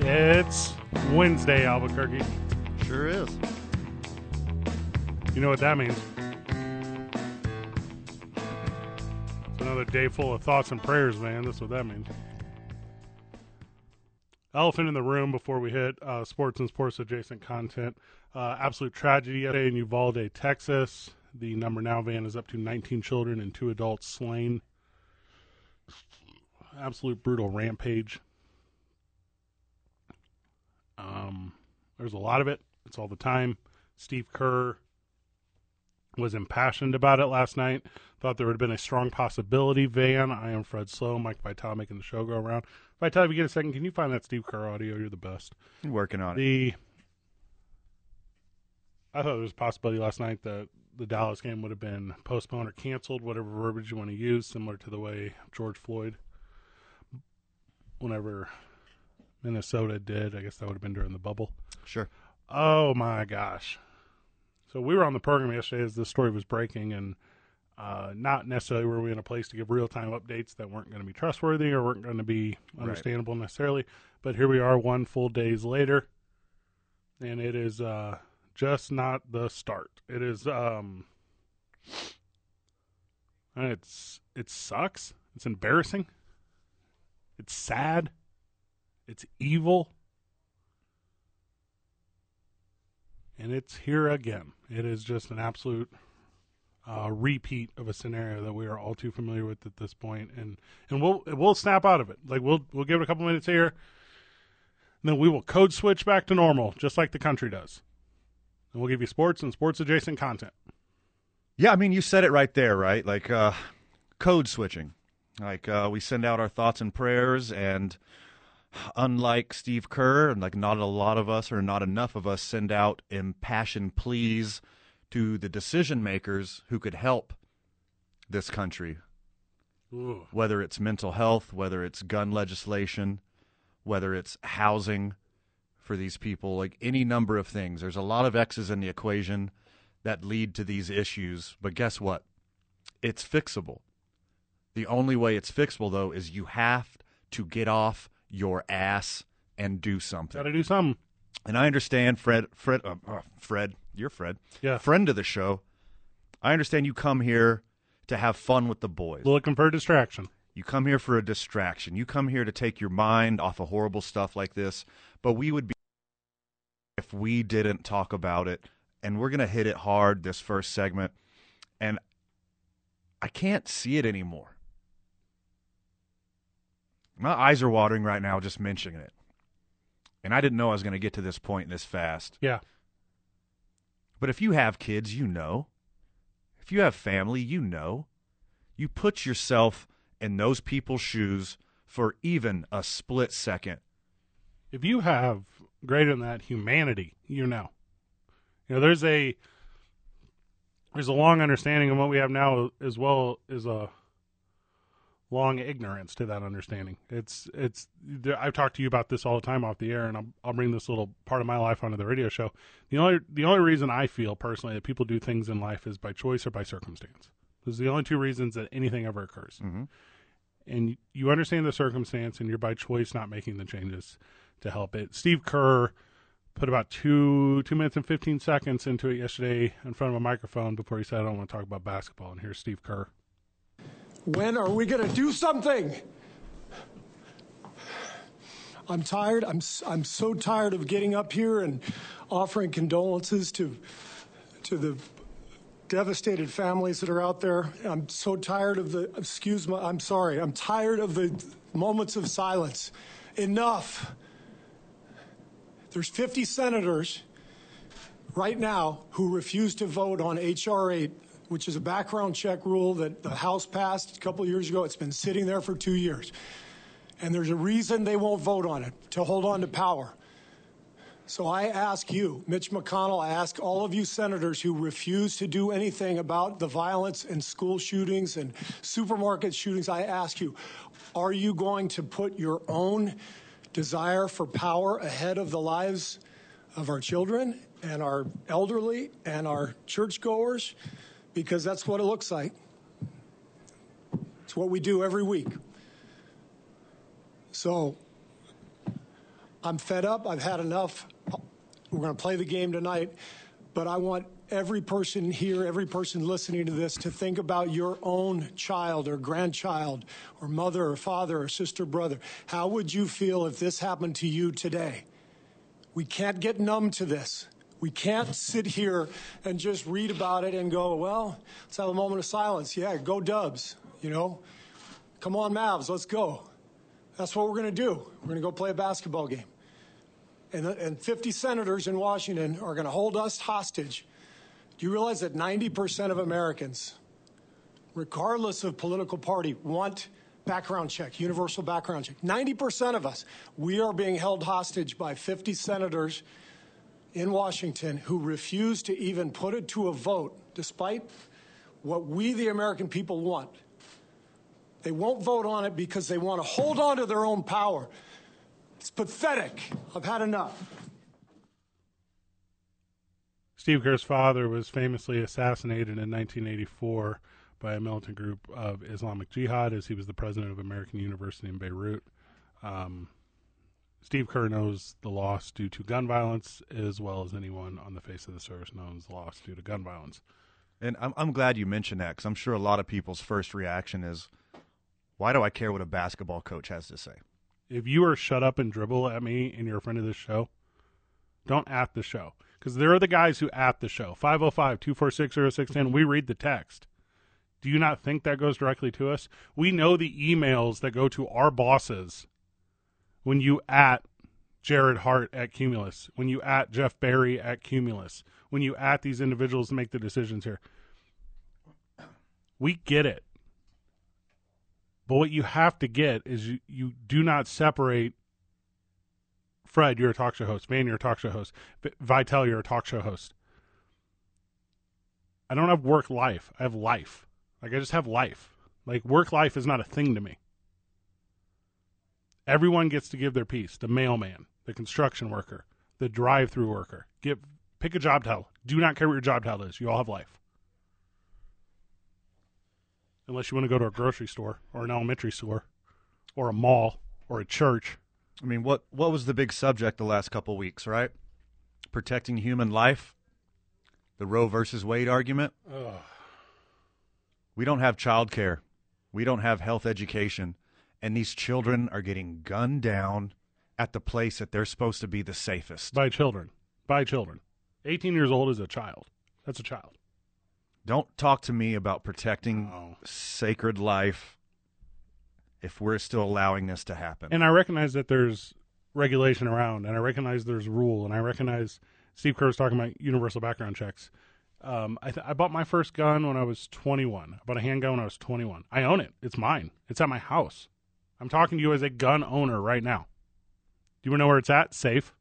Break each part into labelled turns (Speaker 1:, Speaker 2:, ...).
Speaker 1: It's Wednesday, Albuquerque.
Speaker 2: Sure is.
Speaker 1: You know what that means. It's another day full of thoughts and prayers, man. That's what that means. Elephant in the room before we hit uh, sports and sports adjacent content. Uh, absolute tragedy yesterday in Uvalde, Texas. The number now van is up to 19 children and two adults slain. Absolute brutal rampage. Um, there's a lot of it. It's all the time. Steve Kerr was impassioned about it last night. Thought there would have been a strong possibility. Van, I am Fred Slow, Mike Vitale making the show go around. Vitale, if you get a second, can you find that Steve Kerr audio? You're the best.
Speaker 2: You're working on it.
Speaker 1: The I thought there was a possibility last night that the Dallas game would have been postponed or canceled, whatever verbiage you want to use, similar to the way George Floyd, whenever Minnesota did, I guess that would have been during the bubble.
Speaker 2: Sure.
Speaker 1: Oh my gosh. So we were on the program yesterday as this story was breaking, and uh, not necessarily were we in a place to give real time updates that weren't going to be trustworthy or weren't going to be understandable necessarily. But here we are, one full days later, and it is uh, just not the start. It is um, and it's it sucks. It's embarrassing. It's sad. It's evil. and it's here again. It is just an absolute uh, repeat of a scenario that we are all too familiar with at this point, and and we'll we'll snap out of it. Like we'll we'll give it a couple minutes here, and then we will code switch back to normal, just like the country does. And we'll give you sports and sports adjacent content.
Speaker 2: Yeah, I mean, you said it right there, right? Like uh, code switching. Like uh, we send out our thoughts and prayers, and unlike Steve Kerr, and like not a lot of us or not enough of us send out impassioned pleas to the decision makers who could help this country,
Speaker 1: Ooh.
Speaker 2: whether it's mental health, whether it's gun legislation, whether it's housing for these people, like any number of things. There's a lot of X's in the equation that lead to these issues. But guess what? It's fixable. The only way it's fixable, though, is you have to get off your ass and do something.
Speaker 1: Got to do something.
Speaker 2: And I understand, Fred, Fred, uh, uh, Fred, you're Fred,
Speaker 1: Yeah.
Speaker 2: friend of the show. I understand you come here to have fun with the boys.
Speaker 1: Looking for a distraction.
Speaker 2: You come here for a distraction. You come here to take your mind off of horrible stuff like this. But we would be if we didn't talk about it. And we're going to hit it hard this first segment. And I can't see it anymore. My eyes are watering right now just mentioning it. And I didn't know I was going to get to this point this fast.
Speaker 1: Yeah.
Speaker 2: But if you have kids, you know. If you have family, you know. You put yourself in those people's shoes for even a split second.
Speaker 1: if you have greater than that humanity, you know. You know, there's a there's a long understanding and what we have now as well is a long ignorance to that understanding. It's it's there- I've talked to you about this all the time off the air and I'll, I'll bring this little part of my life onto the radio show. The only the only reason I feel personally that people do things in life is by choice or by circumstance. Those are the only two reasons that anything ever occurs and you understand the circumstance and you're by choice not making the changes to help it. Steve Kerr put about two two minutes and fifteen seconds into it yesterday in front of a microphone before he said, I don't want to talk about basketball and here's Steve Kerr.
Speaker 3: When are we going to do something? I'm tired. I'm, s- I'm so tired of getting up here and offering condolences to, to the devastated families that are out there. I'm so tired of the, excuse me, I'm sorry. I'm tired of the moments of silence. Enough. There's 50 senators right now who refuse to vote on H.R. 8 which is a background check rule that the House passed a couple years ago. It's been sitting there for two years. And there's a reason they won't vote on it to hold on to power. So I ask you, Mitch McConnell, I ask all of you senators who refuse to do anything about the violence and school shootings and supermarket shootings, I ask you, are you going to put your own desire for power ahead of the lives of our children and our elderly and our churchgoers? Because that's what it looks like. It's what we do every week. So I'm fed up. I've had enough. We're going to play the game tonight, but I want every person here, every person listening to this, to think about your own child or grandchild or mother or father or sister, brother. How would you feel if this happened to you today? We can't get numb to this. We can't sit here and just read about it and go, well, let's have a moment of silence. Yeah, go dubs, you know? Come on, Mavs, let's go. That's what we're going to do. We're going to go play a basketball game. And, and 50 senators in Washington are going to hold us hostage. Do you realize that 90% of Americans, regardless of political party, want background check, universal background check? 90% of us, we are being held hostage by 50 senators in Washington who refuse to even put it to a vote, despite what we, the American people, want. They won't vote on it because they want to hold on to their own power. It's pathetic. I've had enough.
Speaker 1: Steve Kerr's father was famously assassinated in 1984 by a militant group of Islamic Jihad as he was the president of American University in Beirut. Um, Steve Kerr knows the loss due to gun violence as well as anyone on the face of the service knows the loss due to gun violence.
Speaker 2: And I'm, I'm glad you mentioned that because I'm sure a lot of people's first reaction is, why do I care what a basketball coach has to say?
Speaker 1: If you are shut up and dribble at me and you're a friend of this show, don't at the show. Because there are the guys who at the show. 505 246 0610. We read the text. Do you not think that goes directly to us? We know the emails that go to our bosses when you at Jared Hart at Cumulus, when you at Jeff Barry at Cumulus, when you at these individuals that make the decisions here. We get it. But what you have to get is you, you do not separate Fred, you're a talk show host. Van, you're a talk show host. Vitel, you're a talk show host. I don't have work life. I have life. Like, I just have life. Like, work life is not a thing to me. Everyone gets to give their piece the mailman, the construction worker, the drive through worker. Give, pick a job title. Do not care what your job title is. You all have life unless you want to go to a grocery store or an elementary store or a mall or a church.
Speaker 2: I mean, what what was the big subject the last couple weeks, right? Protecting human life, the Roe versus Wade argument. Ugh. We don't have childcare. We don't have health education, and these children are getting gunned down at the place that they're supposed to be the safest.
Speaker 1: By children. By children. 18 years old is a child. That's a child.
Speaker 2: Don't talk to me about protecting
Speaker 1: Oh.
Speaker 2: sacred life if we're still allowing this to happen.
Speaker 1: And I recognize that there's regulation around, and I recognize there's rule, and I recognize Steve Kerr was talking about universal background checks. Um, I, th- I bought my first gun when I was 21. I bought a handgun when I was 21. I own it. It's mine. It's at my house. I'm talking to you as a gun owner right now. Do you want to know where it's at? Safe.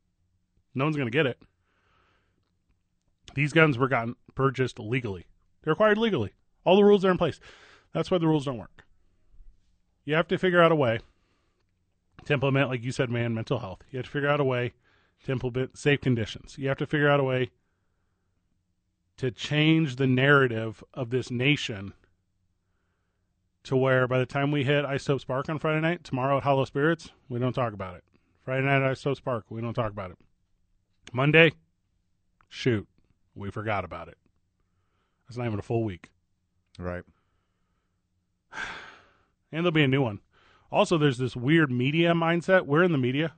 Speaker 1: No one's going to get it. These guns were gotten purchased legally. They're acquired legally. All the rules are in place. That's why the rules don't work. You have to figure out a way to implement, like you said, man, mental health. You have to figure out a way to implement safe conditions. You have to figure out a way to change the narrative of this nation to where by the time we hit Isope Spark on Friday night, tomorrow at Hollow Spirits, we don't talk about it. Friday night at Isope Spark, we don't talk about it. Monday, shoot, we forgot about it. That's not even a full week.
Speaker 2: right.
Speaker 1: And there'll be a new one. Also, there's this weird media mindset. We're in the media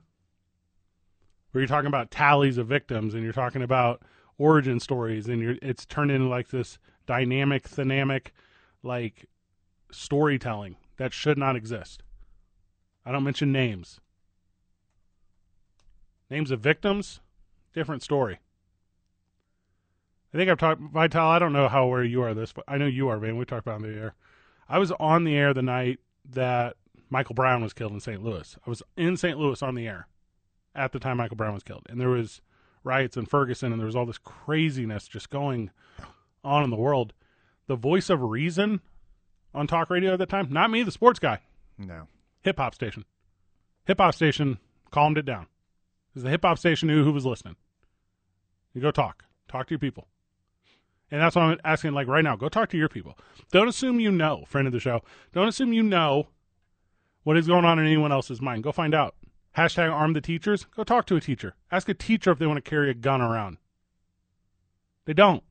Speaker 1: where you're talking about tallies of victims and you're talking about origin stories and you're, it's turned into like this dynamic, thinamic, like storytelling that should not exist. I don't mention names. Names of victims, different story. I think I've talked Vital. I don't know how where you are this, but I know you are, Van. We talked about it on the air. I was on the air the night that Michael Brown was killed in St. Louis. I was in St. Louis on the air at the time Michael Brown was killed, and there was riots in Ferguson, and there was all this craziness just going on in the world. The voice of reason on talk radio at the time, not me, the sports guy,
Speaker 2: No.
Speaker 1: hip hop station. Hip hop station calmed it down. Because the hip hop station knew who was listening. You go talk. Talk to your people. And that's what I'm asking, like right now, go talk to your people. Don't assume you know, friend of the show. Don't assume you know what is going on in anyone else's mind. Go find out. Hashtag arm the teachers. Go talk to a teacher. Ask a teacher if they want to carry a gun around. They don't.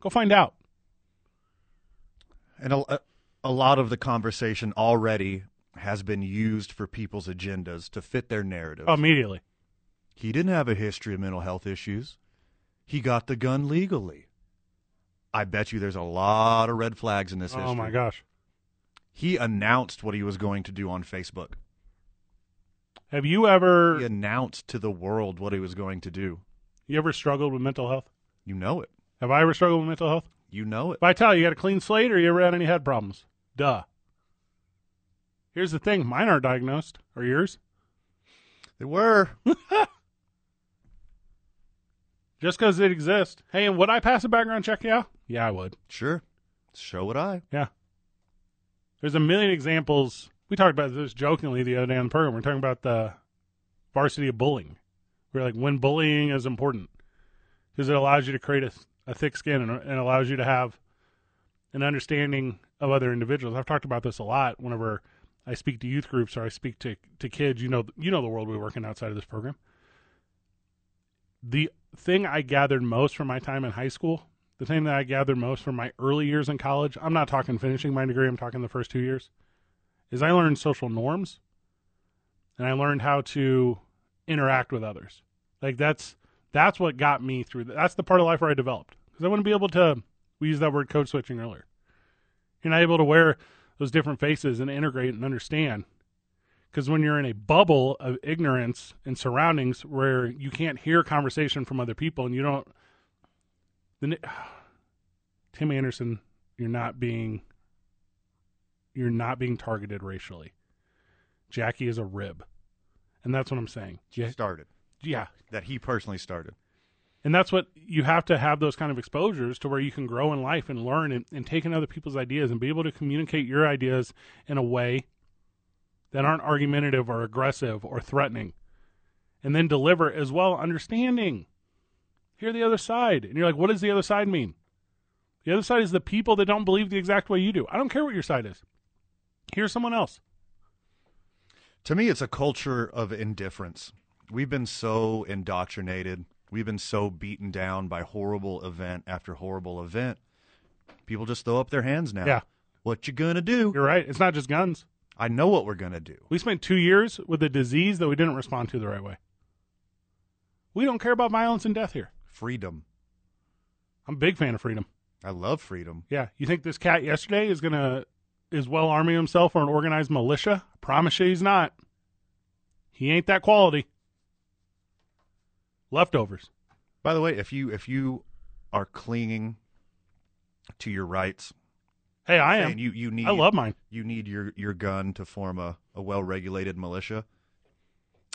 Speaker 1: Go find out.
Speaker 2: And a, a lot of the conversation already has been used for people's agendas to fit their narrative.
Speaker 1: Immediately.
Speaker 2: he didn't have a history of mental health issues. He got the gun legally. I bet you there's a lot of red flags in this history.
Speaker 1: Oh my gosh.
Speaker 2: He announced what he was going to do on Facebook.
Speaker 1: Have you ever
Speaker 2: He announced to the world what he was going to do.
Speaker 1: you ever struggled with mental health?
Speaker 2: You know it.
Speaker 1: Have I ever struggled with mental health?
Speaker 2: You know it.
Speaker 1: Vital, you got a clean slate or you ever had any head problems? Duh. Here's the thing mine aren't diagnosed. Are yours?
Speaker 2: They were.
Speaker 1: Just because it exists. Hey, and would I pass a background check? Yeah. Yeah, I would.
Speaker 2: sure. So would I.
Speaker 1: Yeah. There's a million examples. We talked about this jokingly the other day on the program. We're talking about the varsity of bullying. We're like, when bullying is important because it allows you to create a, a thick skin and, and allows you to have an understanding of other individuals. I've talked about this a lot whenever I speak to youth groups or I speak to, to kids. You know, you know the world we work in outside of this program. The thing I gathered most from my time in high school, the thing that I gathered most from my early years in college, I'm not talking finishing my degree, I'm talking the first two years, is I learned social norms and I learned how to interact with others. Like that's that's what got me through. th- That's the part of life where I developed because I wouldn't be able to. We used that word code switching earlier. You're not able to wear those different faces and integrate and understand. Because when you're in a bubble of ignorance and surroundings where you can't hear conversation from other people and you don't, then it, Tim Anderson, you're not being, you're not being targeted racially. Jackie is a rib, and that's what I'm saying. Ja-
Speaker 2: Started.
Speaker 1: yeah,
Speaker 2: That he personally started.
Speaker 1: and that's what you have to have those kind of exposures to where you can grow in life and learn and, and take in other people's ideas and be able to communicate your ideas in a way that aren't argumentative or aggressive or threatening. And then deliver as well understanding. Hear the other side. And you're like, what does the other side mean? The other side is the people that don't believe the exact way you do. I don't care what your side is. Hear someone else.
Speaker 2: To me, it's a culture of indifference. We've been so indoctrinated. We've been so beaten down by horrible event after horrible event. People just throw up their hands now.
Speaker 1: Yeah.
Speaker 2: What you gonna do?
Speaker 1: You're right. It's not just guns.
Speaker 2: I know what we're gonna do.
Speaker 1: We spent two years with a disease that we didn't respond to the right way. We don't care about violence and death here.
Speaker 2: Freedom.
Speaker 1: I'm a big fan of freedom.
Speaker 2: I love freedom.
Speaker 1: Yeah. You think this cat yesterday is gonna is well arming himself or an organized militia? I promise you he's not. He ain't that quality. Leftovers.
Speaker 2: By the way, if you if you are clinging to your rights,
Speaker 1: Hey, I am.
Speaker 2: and you you need
Speaker 1: I love mine.
Speaker 2: you need your your gun to form a, a well regulated militia.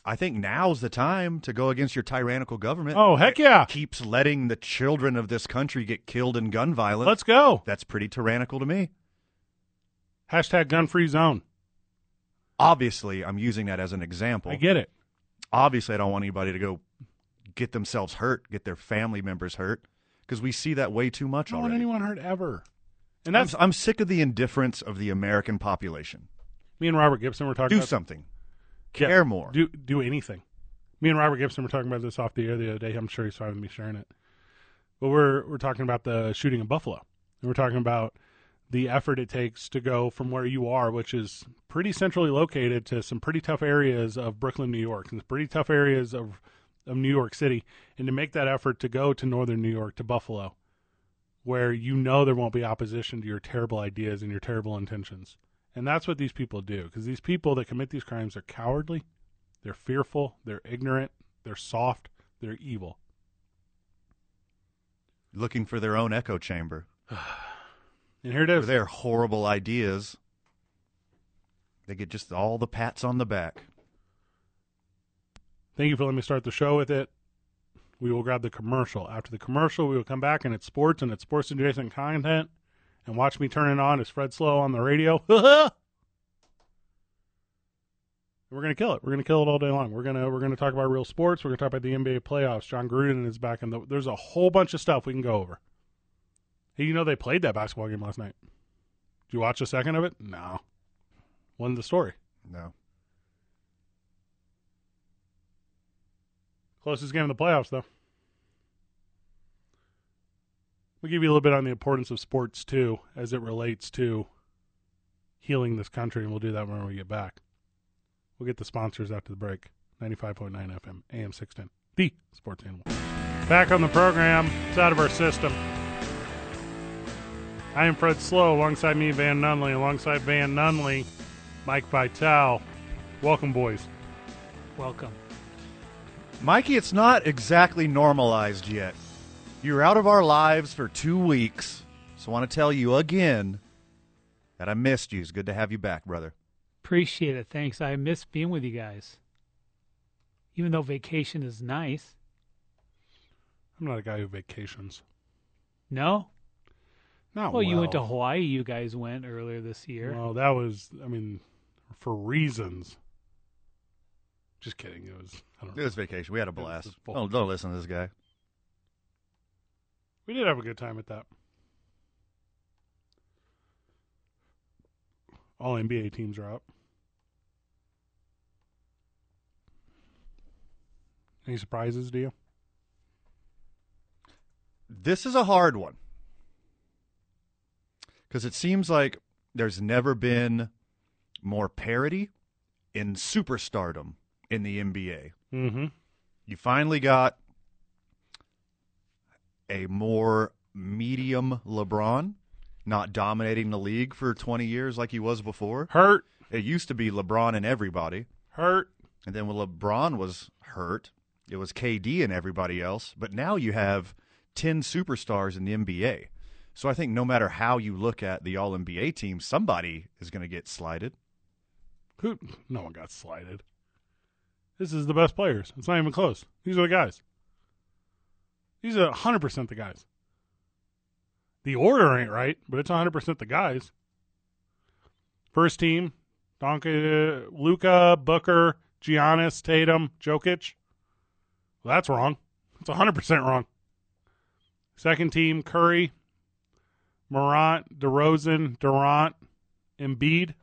Speaker 2: I think now's the time to go against your tyrannical government.
Speaker 1: Oh heck yeah.
Speaker 2: keeps letting the children of this country get killed in gun violence.
Speaker 1: Let's go.
Speaker 2: That's pretty tyrannical to me.
Speaker 1: Hashtag gun free zone.
Speaker 2: Obviously, I'm using that as an example.
Speaker 1: I get it.
Speaker 2: Obviously, I don't want anybody to go get themselves hurt, get their family members hurt, because we see that way too
Speaker 1: I
Speaker 2: much
Speaker 1: don't want
Speaker 2: already.
Speaker 1: anyone hurt ever. And
Speaker 2: I'm,
Speaker 1: that's
Speaker 2: I'm sick of the indifference of the American population.
Speaker 1: me and Robert Gibson were talking
Speaker 2: Do
Speaker 1: about
Speaker 2: something.
Speaker 1: Yeah.
Speaker 2: Care more.
Speaker 1: Do do anything. Me and Robert Gibson were talking about this off the air the other day. I'm sure he's fine with me sharing it. But we're we're talking about the shooting in Buffalo. And we're talking about the effort it takes to go from where you are, which is pretty centrally located, to some pretty tough areas of Brooklyn, New York, and pretty tough areas of of New York City, and to make that effort to go to northern New York, to Buffalo, where you know there won't be opposition to your terrible ideas and your terrible intentions. And that's what these people do, because these people that commit these crimes are cowardly, they're fearful. They're ignorant. They're soft. They're evil.
Speaker 2: looking for their own echo chamber
Speaker 1: And here it
Speaker 2: for
Speaker 1: is.
Speaker 2: their horrible ideas. They get just all the pats on the back.
Speaker 1: Thank you for letting me start the show with it. We will grab the commercial. After the commercial, we will come back and it's sports and it's sports adjacent content. And watch me turn it on as Fred Slow on the radio. We're gonna kill it. We're gonna kill it all day long. We're gonna we're gonna talk about real sports. We're gonna talk about the NBA playoffs. John Gruden is back in the. There's a whole bunch of stuff we can go over. Hey, you know they played that basketball game last night. Did you watch a second of it? No. Wasn't the story.
Speaker 2: No.
Speaker 1: Closest game in the playoffs, though. We'll give you a little bit on the importance of sports, too, as it relates to healing this country, and we'll do that when we get back. We'll get the sponsors after the break. 95.9 FM, AM 610, the sports animal. Back on the program, it's out of our system. I am Fred Slow, alongside me, Van Nunley, alongside Van Nunley, Mike Vitale. Welcome, boys.
Speaker 4: Welcome.
Speaker 2: Mikey, it's not exactly normalized yet. You're out of our lives for two weeks, so I want to tell you again that I missed you. It's good to have you back, brother.
Speaker 4: Appreciate it. Thanks. I miss being with you guys. Even though vacation is nice.
Speaker 1: I'm not a guy who vacations.
Speaker 4: No?
Speaker 2: Oh,
Speaker 1: Not
Speaker 4: well, you went to
Speaker 1: well.
Speaker 4: Hawaii, you guys went earlier this year.
Speaker 1: Well, that was, I mean, for reasons. Just kidding. It was, I don't
Speaker 2: It
Speaker 1: know.
Speaker 2: was vacation. We had a
Speaker 1: was
Speaker 2: blast. Oh,
Speaker 1: the full-
Speaker 2: Don't, don't listen to this guy.
Speaker 1: We did have a good time at that. All NBA teams are up. Any surprises to you?
Speaker 2: This is a hard one because it seems like there's never been more parity in superstardom in the NBA.
Speaker 1: Mm-hmm.
Speaker 2: you finally got a more medium LeBron, not dominating the league for 20 years like he was before.
Speaker 1: Hurt,
Speaker 2: It used to be LeBron and everybody,
Speaker 1: hurt.
Speaker 2: and then when LeBron was hurt, it was KD and everybody else. But now you have 10 superstars in the NBA. So I think no matter how you look at the All NBA team, somebody is going to get slighted.
Speaker 1: Who? No one got slighted. This is the best players. It's not even close. These are the guys. These are 100% the guys. The order ain't right, but it's 100% the guys. First team: Donka, Luca, Booker, Giannis, Tatum, Jokic. Well, that's wrong. It's 100% wrong. Second team: Curry, Morant, DeRozan, Durant, Embiid.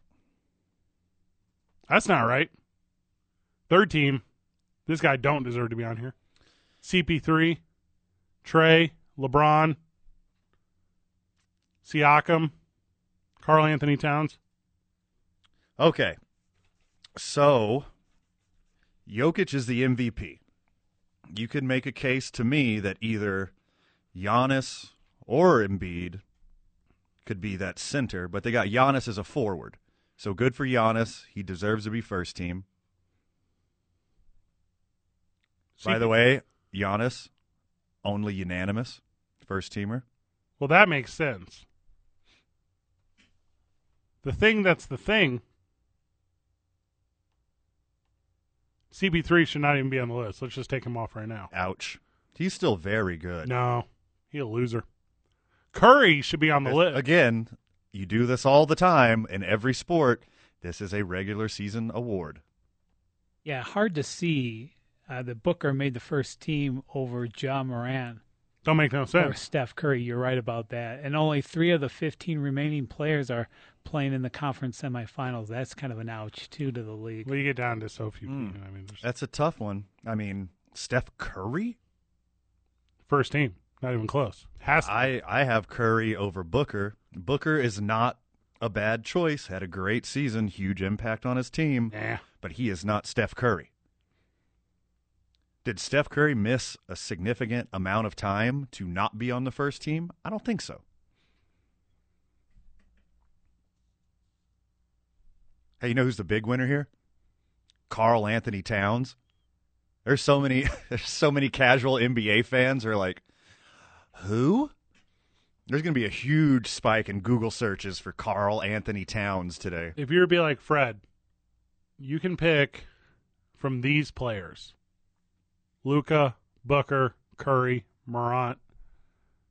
Speaker 1: That's not right. Third team, this guy don't deserve to be on here. CP3, Trey, LeBron, Siakam, Carl Anthony Towns.
Speaker 2: Okay. So, Jokic is the MVP. You could make a case to me that either Giannis or Embiid could be that center, but they got Giannis as a forward. So good for Giannis. He deserves to be first team. By the way, Giannis only unanimous first teamer.
Speaker 1: Well, that makes sense. The thing that's the thing. CP3 should not even be on the list. Let's just take him off right now.
Speaker 2: Ouch. He's still very good.
Speaker 1: No, he a loser. Curry should be on the list.
Speaker 2: Again, you do this all the time in every sport. This is a regular season award.
Speaker 4: Yeah, hard to see uh, that Booker made the first team over John Moran
Speaker 1: Don't make no
Speaker 4: or
Speaker 1: sense.
Speaker 4: Steph Curry. You're right about that. And only three of the 15 remaining players are playing in the conference semifinals. That's kind of an ouch, too, to the league.
Speaker 1: Well, you get down to so few.
Speaker 2: Mm.
Speaker 1: people, I mean, there's
Speaker 2: That's a tough one. I mean, Steph Curry?
Speaker 1: first team, not even close. Has to.
Speaker 2: I, I have Curry over Booker. Booker is not a bad choice, had a great season, huge impact on his team,
Speaker 1: nah.
Speaker 2: but he is not Steph Curry. Did Steph Curry miss a significant amount of time to not be on the first team? I don't think so. Hey, you know who's the big winner here? Carl Anthony Towns. There's so many there's so many casual NBA fans who are like, Who? There's going to be a huge spike in Google searches for Carl Anthony Towns today.
Speaker 1: If you were to be like Fred, you can pick from these players: Luca, Booker, Curry, Morant,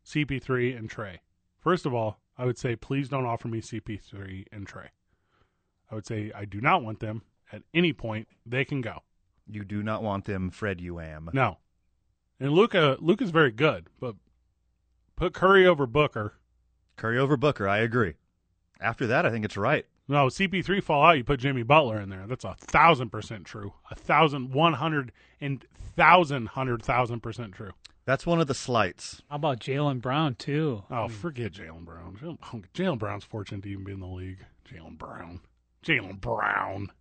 Speaker 1: CP3, and Trey. First of all, I would say please don't offer me CP3 and Trey. I would say I do not want them at any point. They can go.
Speaker 2: You do not want them, Fred. You am.
Speaker 1: No. And Luca Luca's very good, but put Curry over Booker.
Speaker 2: Curry over Booker. I agree. After that, I think it's right.
Speaker 1: No, CP3 fall out, you put Jimmy Butler in there. That's a thousand percent true. A thousand, one hundred, and thousand, hundred thousand percent true.
Speaker 2: That's one of the slights.
Speaker 4: How about Jalen Brown too?
Speaker 1: Oh, forget Jalen Brown. Jalen- oh, Jalen Brown's fortunate to even be in the league. Jalen Brown. Jalen Brown.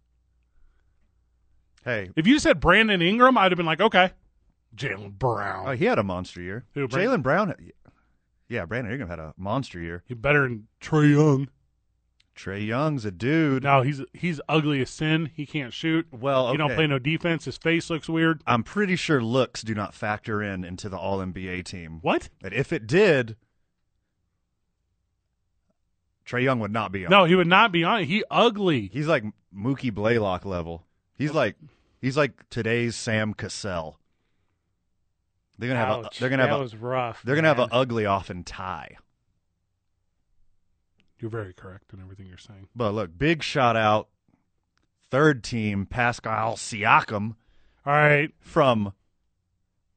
Speaker 2: Hey,
Speaker 1: If you said Brandon Ingram, I'd have been like, okay, Jalen Brown.
Speaker 2: oh, he had a monster year.
Speaker 1: Who, Brandon?
Speaker 2: Jalen Brown. Yeah, Brandon Ingram had a monster year.
Speaker 1: He better than Trey Young.
Speaker 2: Trey Young's a dude.
Speaker 1: No, he's he's ugly as sin. He can't shoot.
Speaker 2: Well,
Speaker 1: he don't
Speaker 2: Oh, okay.
Speaker 1: play no defense. His face looks weird.
Speaker 2: I'm pretty sure looks do not factor in into the All NBA team.
Speaker 1: What?
Speaker 2: And if it did, Trey Young would not be on.
Speaker 1: No, he would not be on it. He ugly.
Speaker 2: he's like Mookie Blaylock level. He's like he's like today's Sam Cassell. They're gonna have a,
Speaker 4: Ouch,
Speaker 2: they're gonna
Speaker 4: that
Speaker 2: have a,
Speaker 4: was rough.
Speaker 2: they're gonna have
Speaker 4: man.
Speaker 2: an ugly off and tie.
Speaker 1: You're very correct in everything you're saying.
Speaker 2: But look, big shout out, third team Pascal Siakam
Speaker 1: All right.
Speaker 2: from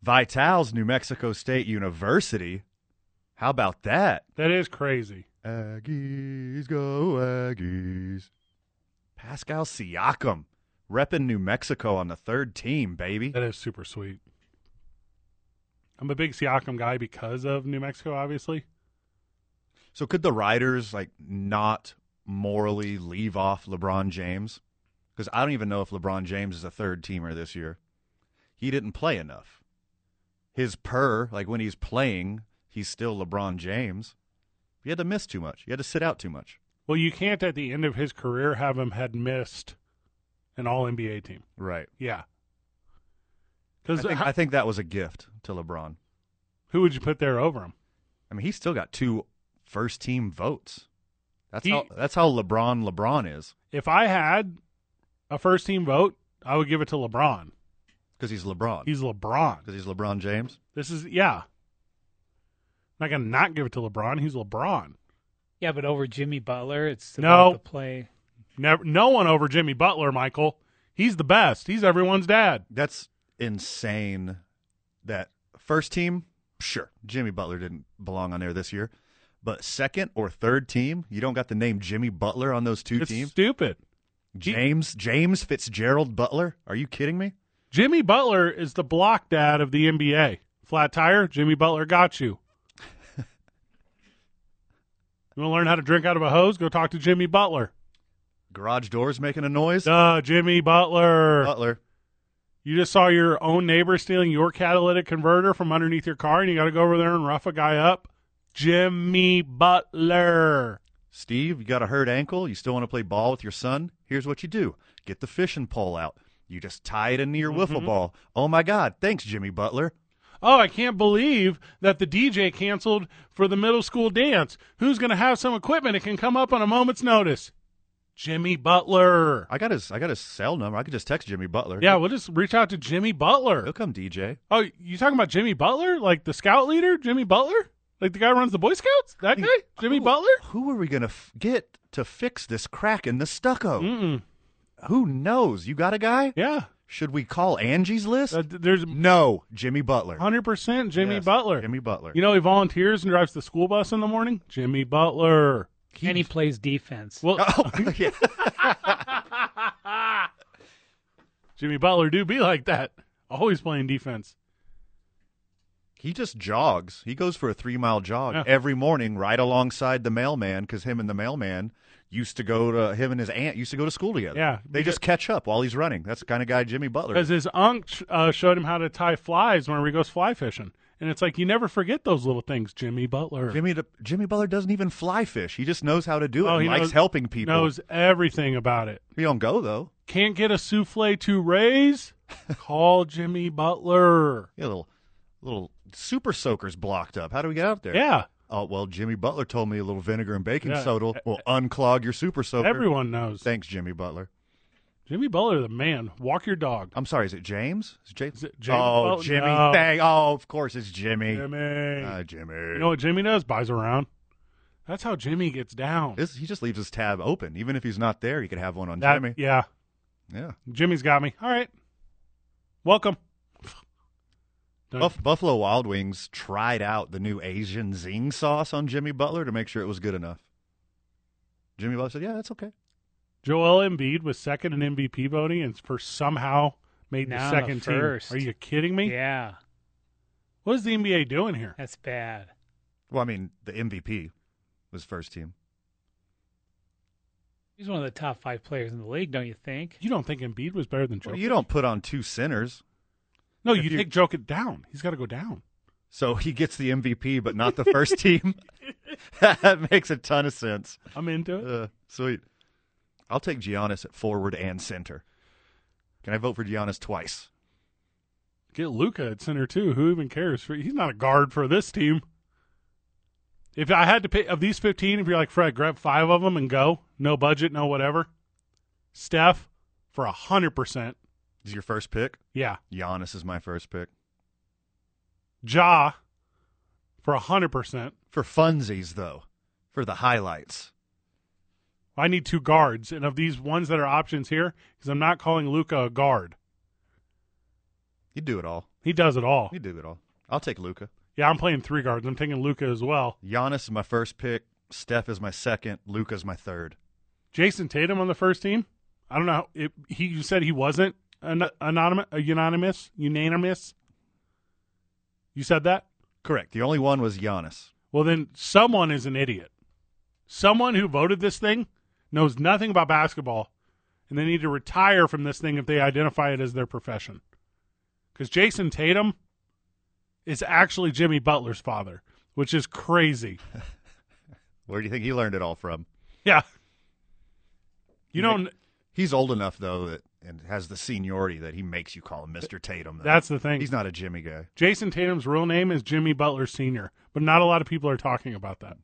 Speaker 2: Vital's New Mexico State University. How about that?
Speaker 1: That is crazy.
Speaker 2: Aggies go Aggies. Pascal Siakam repping New Mexico on the third team, baby.
Speaker 1: That is super sweet. I'm a big Siakam guy because of New Mexico, obviously.
Speaker 2: So could the Riders like not morally leave off LeBron James? Because I don't even know if LeBron James is a third teamer this year. He didn't play enough. His per, like when he's playing, he's still LeBron James. He had to miss too much. He had to sit out too much.
Speaker 1: Well, you can't at the end of his career have him had missed an All NBA team.
Speaker 2: Right.
Speaker 1: Yeah.
Speaker 2: I
Speaker 1: Because
Speaker 2: think, I think that was a gift to LeBron.
Speaker 1: who would you put there over him?
Speaker 2: I mean, he's still got two first team votes. That's
Speaker 1: He-
Speaker 2: how that's how LeBron LeBron is
Speaker 1: If I had a first team vote, I would give it to LeBron.
Speaker 2: because he's LeBron
Speaker 1: He's LeBron.
Speaker 2: because he's LeBron James.
Speaker 1: This is yeah. I'm not gonna not give it to LeBron. He's LeBron.
Speaker 4: Yeah, but over Jimmy Butler, it's
Speaker 1: No.
Speaker 4: about the play.
Speaker 1: Never, no one over Jimmy Butler, Michael. He's the best. He's everyone's dad.
Speaker 2: That's insane. That first team, sure, Jimmy Butler didn't belong on there this year, but second or third team, you don't got the name Jimmy Butler on those two
Speaker 1: It's
Speaker 2: teams.
Speaker 1: stupid.
Speaker 2: James James Fitzgerald Butler. Are you kidding me?
Speaker 1: Jimmy Butler is the block dad of the NBA. Flat tire, Jimmy Butler got you. you want to learn how to drink out of a hose? Go talk to Jimmy Butler.
Speaker 2: Garage doors making a noise.
Speaker 1: Duh, Jimmy Butler.
Speaker 2: Butler.
Speaker 1: You just saw your own neighbor stealing your catalytic converter from underneath your car, and you got to go over there and rough a guy up. Jimmy Butler.
Speaker 2: Steve, you got a hurt ankle. You still want to play ball with your son? Here's what you do get the fishing pole out. You just tie it into your
Speaker 1: Mm-hmm.
Speaker 2: wiffle ball. Oh my God. Thanks, Jimmy Butler.
Speaker 1: Oh, I can't believe that the DJ canceled for the middle school dance. Who's going to have some equipment that can come up on a moment's notice? Jimmy Butler.
Speaker 2: I got his I got his cell number. I could just text Jimmy Butler.
Speaker 1: Yeah, we'll just reach out to Jimmy Butler.
Speaker 2: He'll come, DJ.
Speaker 1: Oh, you talking about Jimmy Butler? Like the scout leader, Jimmy Butler? Like the guy who runs the Boy Scouts? That guy? Jimmy Butler?
Speaker 2: Who are we going to f- get to fix this crack in the stucco?
Speaker 1: Mm-mm.
Speaker 2: Who knows? You got a guy?
Speaker 1: Yeah.
Speaker 2: Should we call Angie's list?
Speaker 1: Uh, th- there's
Speaker 2: no, Jimmy Butler.
Speaker 1: 100% Jimmy
Speaker 2: Yes,
Speaker 1: Butler.
Speaker 2: Jimmy Butler.
Speaker 1: You know, he volunteers and drives the school bus in the morning? Jimmy Butler.
Speaker 4: And he plays defense.
Speaker 1: Well,
Speaker 2: Oh, yeah.
Speaker 1: Jimmy Butler do be like that. Always playing defense.
Speaker 2: He just jogs. He goes for a three mile jog
Speaker 1: Yeah.
Speaker 2: every morning, right alongside the mailman, because him and the mailman used to go to him and his aunt used to go to school together.
Speaker 1: Yeah,
Speaker 2: they just catch up while he's running. That's the kind of guy Jimmy Butler.
Speaker 1: because
Speaker 2: Is.
Speaker 1: his unc sh- uh, showed him how to tie flies whenever he goes fly fishing, and it's like you never forget those little things, Jimmy Butler.
Speaker 2: Jimmy Jimmy Butler doesn't even fly fish. He just knows how to do it.
Speaker 1: Oh,
Speaker 2: and
Speaker 1: he
Speaker 2: likes
Speaker 1: knows-
Speaker 2: helping people.
Speaker 1: knows everything about it.
Speaker 2: He don't go though.
Speaker 1: Can't get a souffle to raise? Call Jimmy Butler.
Speaker 2: Yeah, little little super soakers blocked up. How do we get out there?
Speaker 1: Yeah.
Speaker 2: Oh well, Jimmy Butler told me a little vinegar and baking
Speaker 1: Yeah. E-,
Speaker 2: soda will unclog your super soaker.
Speaker 1: Everyone knows.
Speaker 2: Thanks, Jimmy Butler.
Speaker 1: Jimmy Butler, the man. Walk your dog.
Speaker 2: I'm sorry. Is it James? Is it James?
Speaker 1: Is it James?
Speaker 2: Oh,
Speaker 1: Oh,
Speaker 2: Jimmy.
Speaker 1: no.
Speaker 2: Thank. Oh, of course it's Jimmy.
Speaker 1: Jimmy.
Speaker 2: Ah, Jimmy.
Speaker 1: you know what Jimmy does? Buys around. That's how Jimmy gets down.
Speaker 2: This- he just leaves his tab open. Even if he's not there, he could have one on
Speaker 1: That-
Speaker 2: Jimmy.
Speaker 1: Yeah.
Speaker 2: Yeah.
Speaker 1: Jimmy's got me. All right. Welcome. Done.
Speaker 2: Buff- Buffalo Wild Wings tried out the new Asian zing sauce on Jimmy Butler to make sure it was good enough. Jimmy Butler said, "Yeah, that's okay."
Speaker 1: Joel Embiid was second in MVP voting and for somehow made the
Speaker 4: Now the
Speaker 1: second
Speaker 4: first.
Speaker 1: team. Are you kidding me?
Speaker 4: Yeah,
Speaker 1: What is the NBA doing here?
Speaker 4: that's bad.
Speaker 2: Well, I mean, the MVP was first team.
Speaker 4: He's one of the top five players in the league, don't you think?
Speaker 1: You don't think Embiid was better than Jokic?
Speaker 2: Well, you don't put on two centers,
Speaker 1: no,
Speaker 2: if
Speaker 1: you,
Speaker 2: you-
Speaker 1: take Jokic down. He's got to go down.
Speaker 2: so he gets the MVP, but not the first team. that makes a ton of sense.
Speaker 1: I'm into it.
Speaker 2: Uh, sweet. I'll take Giannis at forward and center. Can I vote for Giannis twice?
Speaker 1: Get Luca at center too. Who even cares? For he's not a guard for this team. If I had to pick of these fifteen, if you're like Fred, grab five of them and go. No budget, no whatever. Steph for a hundred percent.
Speaker 2: Is your first pick?
Speaker 1: Yeah,
Speaker 2: Giannis is my first pick.
Speaker 1: Ja for a hundred percent.
Speaker 2: For funsies, though, for the highlights.
Speaker 1: I need two guards, and of these ones that are options here, because I'm not calling Luca a guard.
Speaker 2: You do it all.
Speaker 1: He does it all.
Speaker 2: You do it all. I'll take Luca.
Speaker 1: Yeah, I'm playing three guards. I'm taking Luca as well.
Speaker 2: Giannis is my first pick. Steph is my second. Luca's my third.
Speaker 1: Jason Tatum on the first team. I don't know. It, he you said he wasn't an, anonymous, uh, unanimous, unanimous. You said that.
Speaker 2: Correct. The only one was Giannis.
Speaker 1: Well, then someone is an idiot. Someone who voted this thing knows nothing about basketball, and they need to retire from this thing if they identify it as their profession. Because Jason Tatum is actually Jimmy Butler's father, which is crazy.
Speaker 2: Where do you think he learned it all from?
Speaker 1: Yeah. You don't.
Speaker 2: He's old enough though that and has the seniority that he makes you call him Mr. Tatum. though.
Speaker 1: That's the thing.
Speaker 2: he's not a Jimmy guy.
Speaker 1: Jason Tatum's real name is Jimmy Butler Sr., but not a lot of people are talking about that.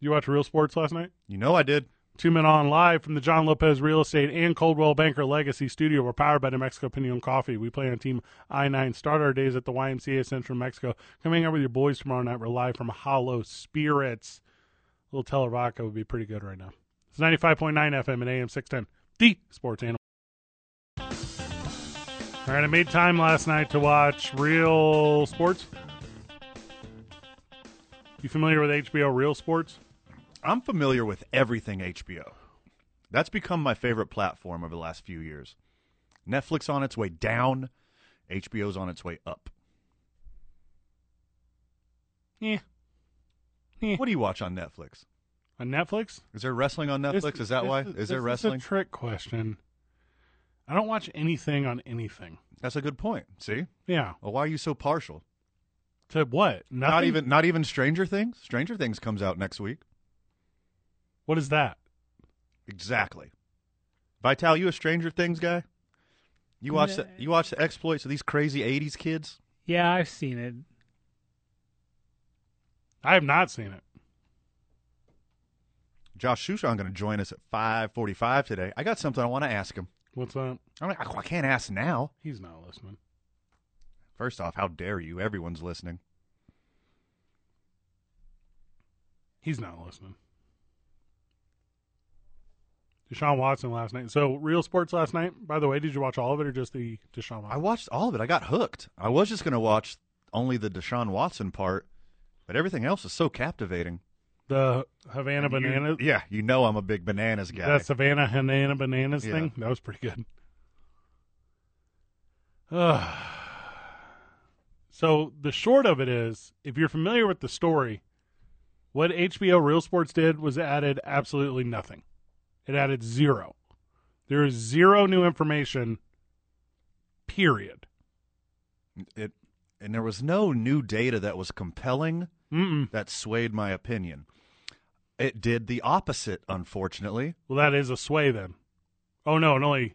Speaker 1: You watch Real Sports last night?
Speaker 2: You know I did.
Speaker 1: Two men on live from the John Lopez Real Estate and Coldwell Banker Legacy Studio. We're powered by New Mexico Pinion Coffee. We play on Team I 9. Start our days at the YMCA Central Mexico. Come hang out with your boys tomorrow night. We're live from Hollow Spirits. A little Teleraca would be pretty good right now. It's 95.9 FM and AM 610. The Sports Animal. All right, I made time last night to watch Real Sports. You familiar with HBO Real Sports?
Speaker 2: I'm familiar with everything HBO. That's become my favorite platform over the last few years. Netflix on its way down, HBO's on its way up.
Speaker 1: Yeah.
Speaker 2: What do you watch on Netflix?
Speaker 1: On Netflix?
Speaker 2: Is there wrestling on Netflix?
Speaker 1: This-
Speaker 2: is that
Speaker 1: this
Speaker 2: why?
Speaker 1: Is,
Speaker 2: Is there
Speaker 1: this
Speaker 2: wrestling?
Speaker 1: a trick question. I don't watch anything on anything.
Speaker 2: That's a good point. See?
Speaker 1: Yeah.
Speaker 2: Well, why are you so partial?
Speaker 1: To what? Nothing?
Speaker 2: Not even not even Stranger Things? Stranger Things comes out next week.
Speaker 1: What is that?
Speaker 2: Exactly. Vital, you a Stranger Things guy? You watch the, you watch the exploits of these crazy 80s kids?
Speaker 4: Yeah, I've seen it.
Speaker 1: I have not seen it.
Speaker 2: Josh Shushan going to join us at 5:45 today. I got something I want to ask him.
Speaker 1: What's that?
Speaker 2: I'm like, I can't ask now.
Speaker 1: He's not listening.
Speaker 2: First off, how dare you? Everyone's listening.
Speaker 1: He's not listening. Deshaun Watson last night. So, Real Sports last night, by the way, did you watch all of it or just the Deshaun
Speaker 2: I
Speaker 1: Watson?
Speaker 2: watched all of it. I got hooked. I was just going to watch only the Deshaun Watson part, but everything else is so captivating.
Speaker 1: the Havana
Speaker 2: You-
Speaker 1: Bananas?
Speaker 2: yeah, you know I'm a big bananas guy.
Speaker 1: That Savannah Hanana Bananas
Speaker 2: Yeah.
Speaker 1: thing? That was pretty good. Ugh. so the short of it is, if you're familiar with the story, what HBO Real Sports did was added absolutely nothing. It added zero. There is zero new information. Period.
Speaker 2: it and there was no new data that was compelling
Speaker 1: Mm-mm.
Speaker 2: that swayed my opinion. It did the opposite, unfortunately.
Speaker 1: Well, that is a sway then. Oh no, it only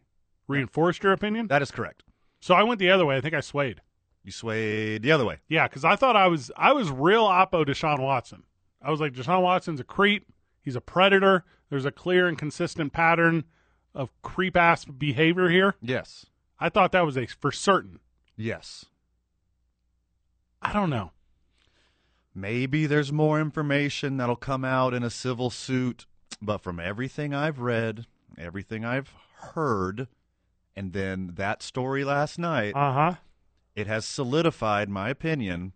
Speaker 1: reinforced your opinion.
Speaker 2: That is correct.
Speaker 1: So I went the other way. I think I swayed.
Speaker 2: You swayed the other way.
Speaker 1: Yeah, because I thought I was I was real oppo Deshaun Watson. I was like Deshaun Watson's a creep. He's a predator. There's a clear and consistent pattern of creep ass behavior here.
Speaker 2: Yes.
Speaker 1: I thought that was a for certain.
Speaker 2: Yes.
Speaker 1: I don't know.
Speaker 2: Maybe there's more information that'll come out in a civil suit, but from everything I've read, everything I've heard, and then that story last night,
Speaker 1: Uh huh.
Speaker 2: it has solidified my opinion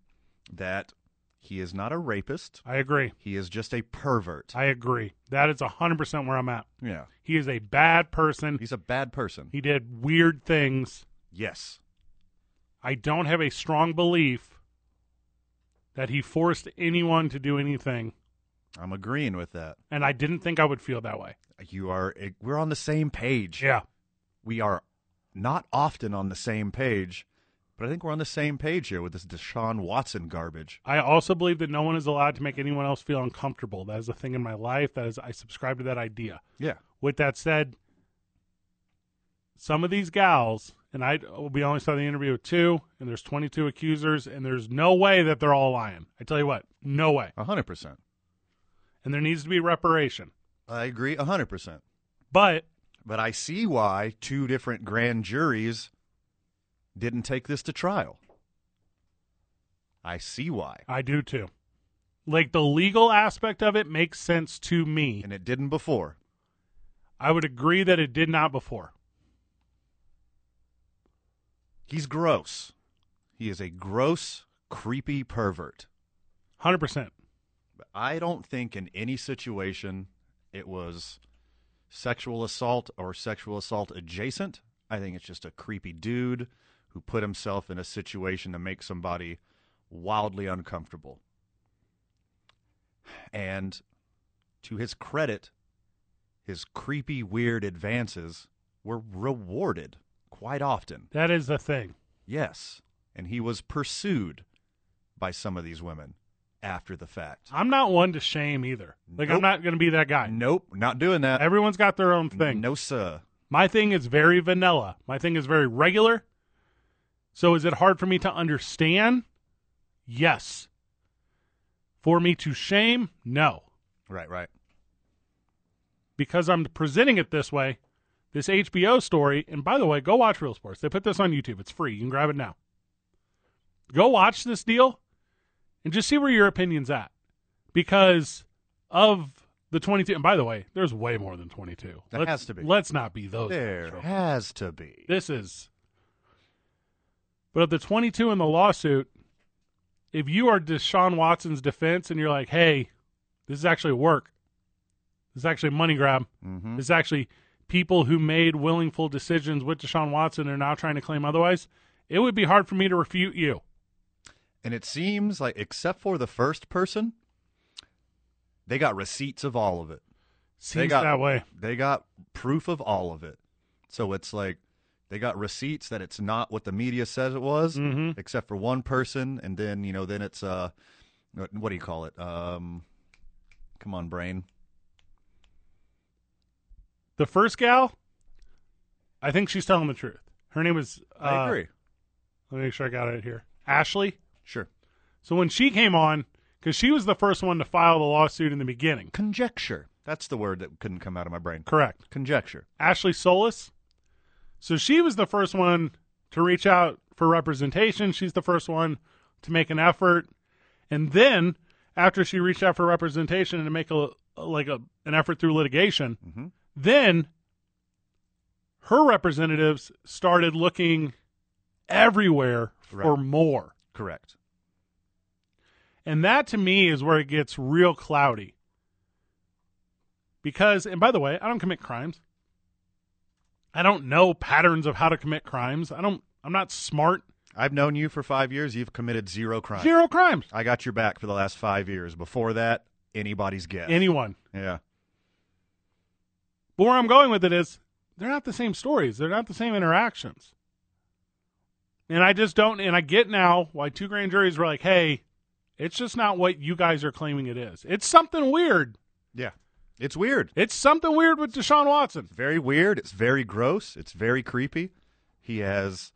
Speaker 2: that he is not a rapist.
Speaker 1: I agree.
Speaker 2: He is just a pervert.
Speaker 1: I agree. That is hundred percent where I'm at.
Speaker 2: yeah.
Speaker 1: He is a bad person.
Speaker 2: He's a bad person.
Speaker 1: He did weird things.
Speaker 2: yes.
Speaker 1: I don't have a strong belief that he forced anyone to do anything,
Speaker 2: I'm agreeing with that.
Speaker 1: and I didn't think I would feel that way.
Speaker 2: You are eh, we're on the same page.
Speaker 1: Yeah.
Speaker 2: we are not often on the same page, but I think we're on the same page here with this Deshaun Watson garbage.
Speaker 1: I also believe that no one is allowed to make anyone else feel uncomfortable. That is a thing in my life. That is, I subscribe to that idea.
Speaker 2: Yeah.
Speaker 1: With that said, some of these gals, and I we only saw the interview with two, and there's 22 accusers, and there's no way that they're all lying. I tell you what, no way.
Speaker 2: A 100%.
Speaker 1: And there needs to be reparation.
Speaker 2: I agree a 100%.
Speaker 1: But
Speaker 2: But I see why two different grand juries didn't take this to trial. I see why.
Speaker 1: I do too. Like the legal aspect of it makes sense to me.
Speaker 2: And it didn't before.
Speaker 1: I would agree that it did not before.
Speaker 2: He's gross. He is a gross, creepy pervert.
Speaker 1: 100%.
Speaker 2: But I don't think in any situation it was sexual assault or sexual assault adjacent. I think it's just a creepy dude who put himself in a situation to make somebody wildly uncomfortable. And to his credit, his creepy, weird advances were rewarded quite often.
Speaker 1: That is the thing.
Speaker 2: Yes. And he was pursued by some of these women after the fact.
Speaker 1: I'm not one to shame either. Like I'm
Speaker 2: Nope.
Speaker 1: not going to be that guy.
Speaker 2: Nope, not doing that.
Speaker 1: Everyone's got their own thing.
Speaker 2: No, sir.
Speaker 1: My thing is very vanilla. My thing is very regular. So is it hard for me to understand? Yes. For me to shame? No.
Speaker 2: Right, right.
Speaker 1: Because I'm presenting it this way, this HBO story, and by the way, go watch Real Sports. They put this on YouTube. It's free. You can grab it now. Go watch this deal and just see where your opinion's at. Because of the 22, and by the way, there's way more than 22.
Speaker 2: There
Speaker 1: let's,
Speaker 2: has to be.
Speaker 1: Let's not be those.
Speaker 2: There
Speaker 1: Oh, Sure.
Speaker 2: has to be.
Speaker 1: This is. But of the 22 in the lawsuit, if you are Deshaun Watson's defense and you're like, hey, this is actually work, this is actually money grab,
Speaker 2: Mm-hmm.
Speaker 1: this is actually people who made willful decisions with Deshaun Watson are now trying to claim otherwise, it would be hard for me to refute you.
Speaker 2: And it seems like, except for the first person, they got receipts of all of it. they
Speaker 1: Seems
Speaker 2: got
Speaker 1: that way.
Speaker 2: They got proof of all of it. So it's like they got receipts that it's not what the media says it was,
Speaker 1: Mhm.
Speaker 2: except for one person. And then you know, then it's uh, what- what do you call it? Um, come on, brain.
Speaker 1: The first gal, I think she's telling the truth. Her name is. Uh,
Speaker 2: I agree.
Speaker 1: Let me make sure I got it here. Ashley.
Speaker 2: Sure.
Speaker 1: So when she came on, because she was the first one to file the lawsuit in the beginning.
Speaker 2: Conjecture. That's the word that couldn't come out of my brain.
Speaker 1: Correct.
Speaker 2: Conjecture.
Speaker 1: Ashley Solis. So she was the first one to reach out for representation. She's the first one to make an effort. And then after she reached out for representation and to make a like a an effort through litigation,
Speaker 2: Mhm.
Speaker 1: then her representatives started looking everywhere for
Speaker 2: Right.
Speaker 1: more.
Speaker 2: Correct.
Speaker 1: And that to me is where it gets real cloudy. Because, and by the way, I don't commit crimes. I don't know patterns of how to commit crimes. I don't, I'm not smart.
Speaker 2: I've known you for five years. You've committed zero crimes.
Speaker 1: Zero crimes.
Speaker 2: I got your back for the last five years. Before that, anybody's guess.
Speaker 1: Anyone.
Speaker 2: yeah.
Speaker 1: But where I'm going with it is they're not the same stories. They're not the same interactions. And I just don't, and I get now why two grand juries were like, hey, it's just not what you guys are claiming it is. It's something weird.
Speaker 2: Yeah. It's weird.
Speaker 1: It's something weird with Deshaun Watson.
Speaker 2: Very weird. It's very gross. It's very creepy. He has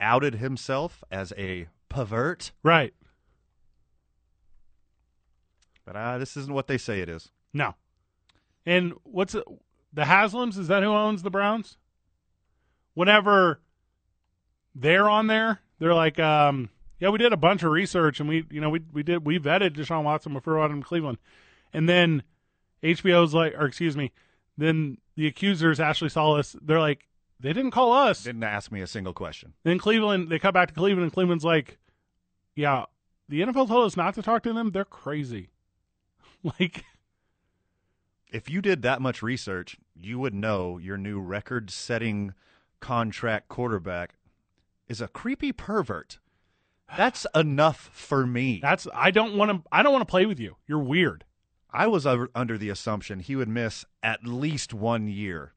Speaker 2: outed himself as a pervert,
Speaker 1: Right.
Speaker 2: but uh, this isn't what they say it is.
Speaker 1: No. And what's it, the Haslams? Is that who owns the Browns? Whenever they're on there, they're like, um, yeah, we did a bunch of research and we, you know, we we did we vetted Deshaun Watson before we brought him to Cleveland, and then HBO's like, or excuse me, then the accusers Ashley Solis, they're like, they didn't call us.
Speaker 2: Didn't ask me a single question.
Speaker 1: Then Cleveland, they come back to Cleveland, and Cleveland's like, "Yeah, the NFL told us not to talk to them. They're crazy." Like,
Speaker 2: If you did that much research, you would know your new record setting contract quarterback is a creepy pervert. That's enough for me.
Speaker 1: that's I don't want to. I don't want to play with you. You're weird.
Speaker 2: I was over, under the assumption he would miss at least one year,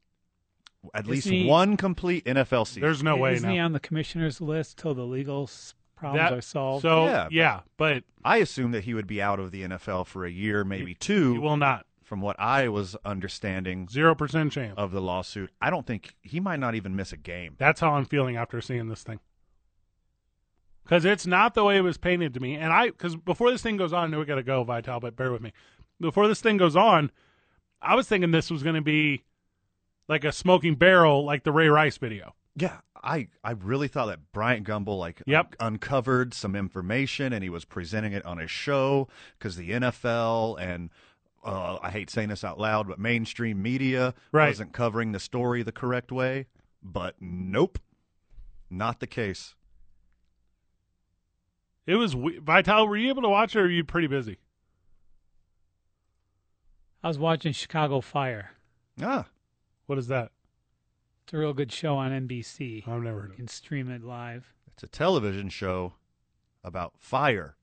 Speaker 2: at least
Speaker 4: he-
Speaker 2: one complete NFL season.
Speaker 1: There's no way
Speaker 4: Isn't he
Speaker 1: now.
Speaker 4: on the commissioner's list till the legal s- problems
Speaker 1: That,
Speaker 4: are solved?
Speaker 1: So yeah.
Speaker 2: Yeah.
Speaker 1: but
Speaker 2: I assumed that he would be out of the NFL for a year, maybe two,
Speaker 1: he will not.
Speaker 2: from what I was understanding
Speaker 1: Zero percent chance.
Speaker 2: of the lawsuit. I don't think he might not even miss a game.
Speaker 1: That's how I'm feeling after seeing this thing. Because it's not the way it was painted to me. And I, because before this thing goes on, I know we got to go, Vital, but bear with me. Before this thing goes on, I was thinking this was going to be like a smoking barrel, like the Ray Rice video.
Speaker 2: Yeah, I, I really thought that Bryant Gumbel like
Speaker 1: Yep.
Speaker 2: un- uncovered some information and he was presenting it on his show because the NFL and uh, I hate saying this out loud, but mainstream media
Speaker 1: Right.
Speaker 2: wasn't covering the story the correct way. But nope, not the case.
Speaker 1: It was, we- Vital, were you able to watch it or are you pretty busy?
Speaker 4: I was watching Chicago Fire.
Speaker 2: Ah,
Speaker 1: What is that?
Speaker 4: It's a real good show on NBC.
Speaker 1: I've never heard of
Speaker 4: You
Speaker 1: it.
Speaker 4: can stream it live.
Speaker 2: it's a television show about fire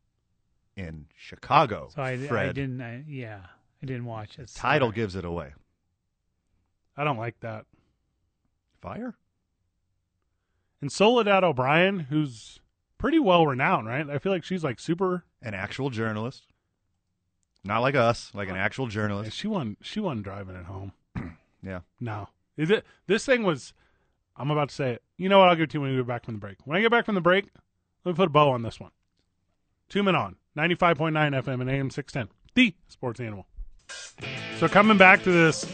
Speaker 2: in Chicago.
Speaker 4: So I, I
Speaker 2: Oh, Fred.
Speaker 4: didn't. I, yeah, I didn't watch it.
Speaker 2: The title
Speaker 4: Sorry.
Speaker 2: gives it away.
Speaker 1: I don't like that.
Speaker 2: Fire?
Speaker 1: And Soledad O'Brien, who's pretty well renowned, right? I feel like she's like super.
Speaker 2: An actual journalist. Not like us, like an actual journalist.
Speaker 1: She won. She won driving it home.
Speaker 2: Yeah.
Speaker 1: No. Is it this thing was I'm about to say it. You know what I'll give it to you when we get back from the break. When I get back from the break, let me put a bow on this one. Two men on. Ninety five point nine FM and AM six ten. The sports animal. So coming back to this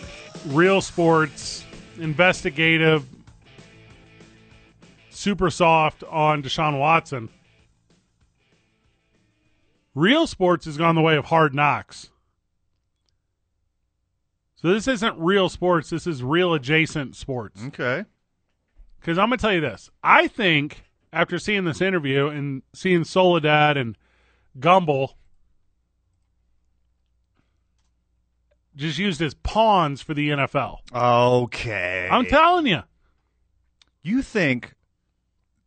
Speaker 1: real sports investigative super soft on Deshaun Watson. Real sports has gone the way of hard knocks. So this isn't real sports. This is real adjacent sports.
Speaker 2: Okay.
Speaker 1: Because I'm going to tell you this. I think after seeing this interview and seeing Soledad and Gumble just used as pawns for the NFL.
Speaker 2: Okay.
Speaker 1: I'm telling you.
Speaker 2: you think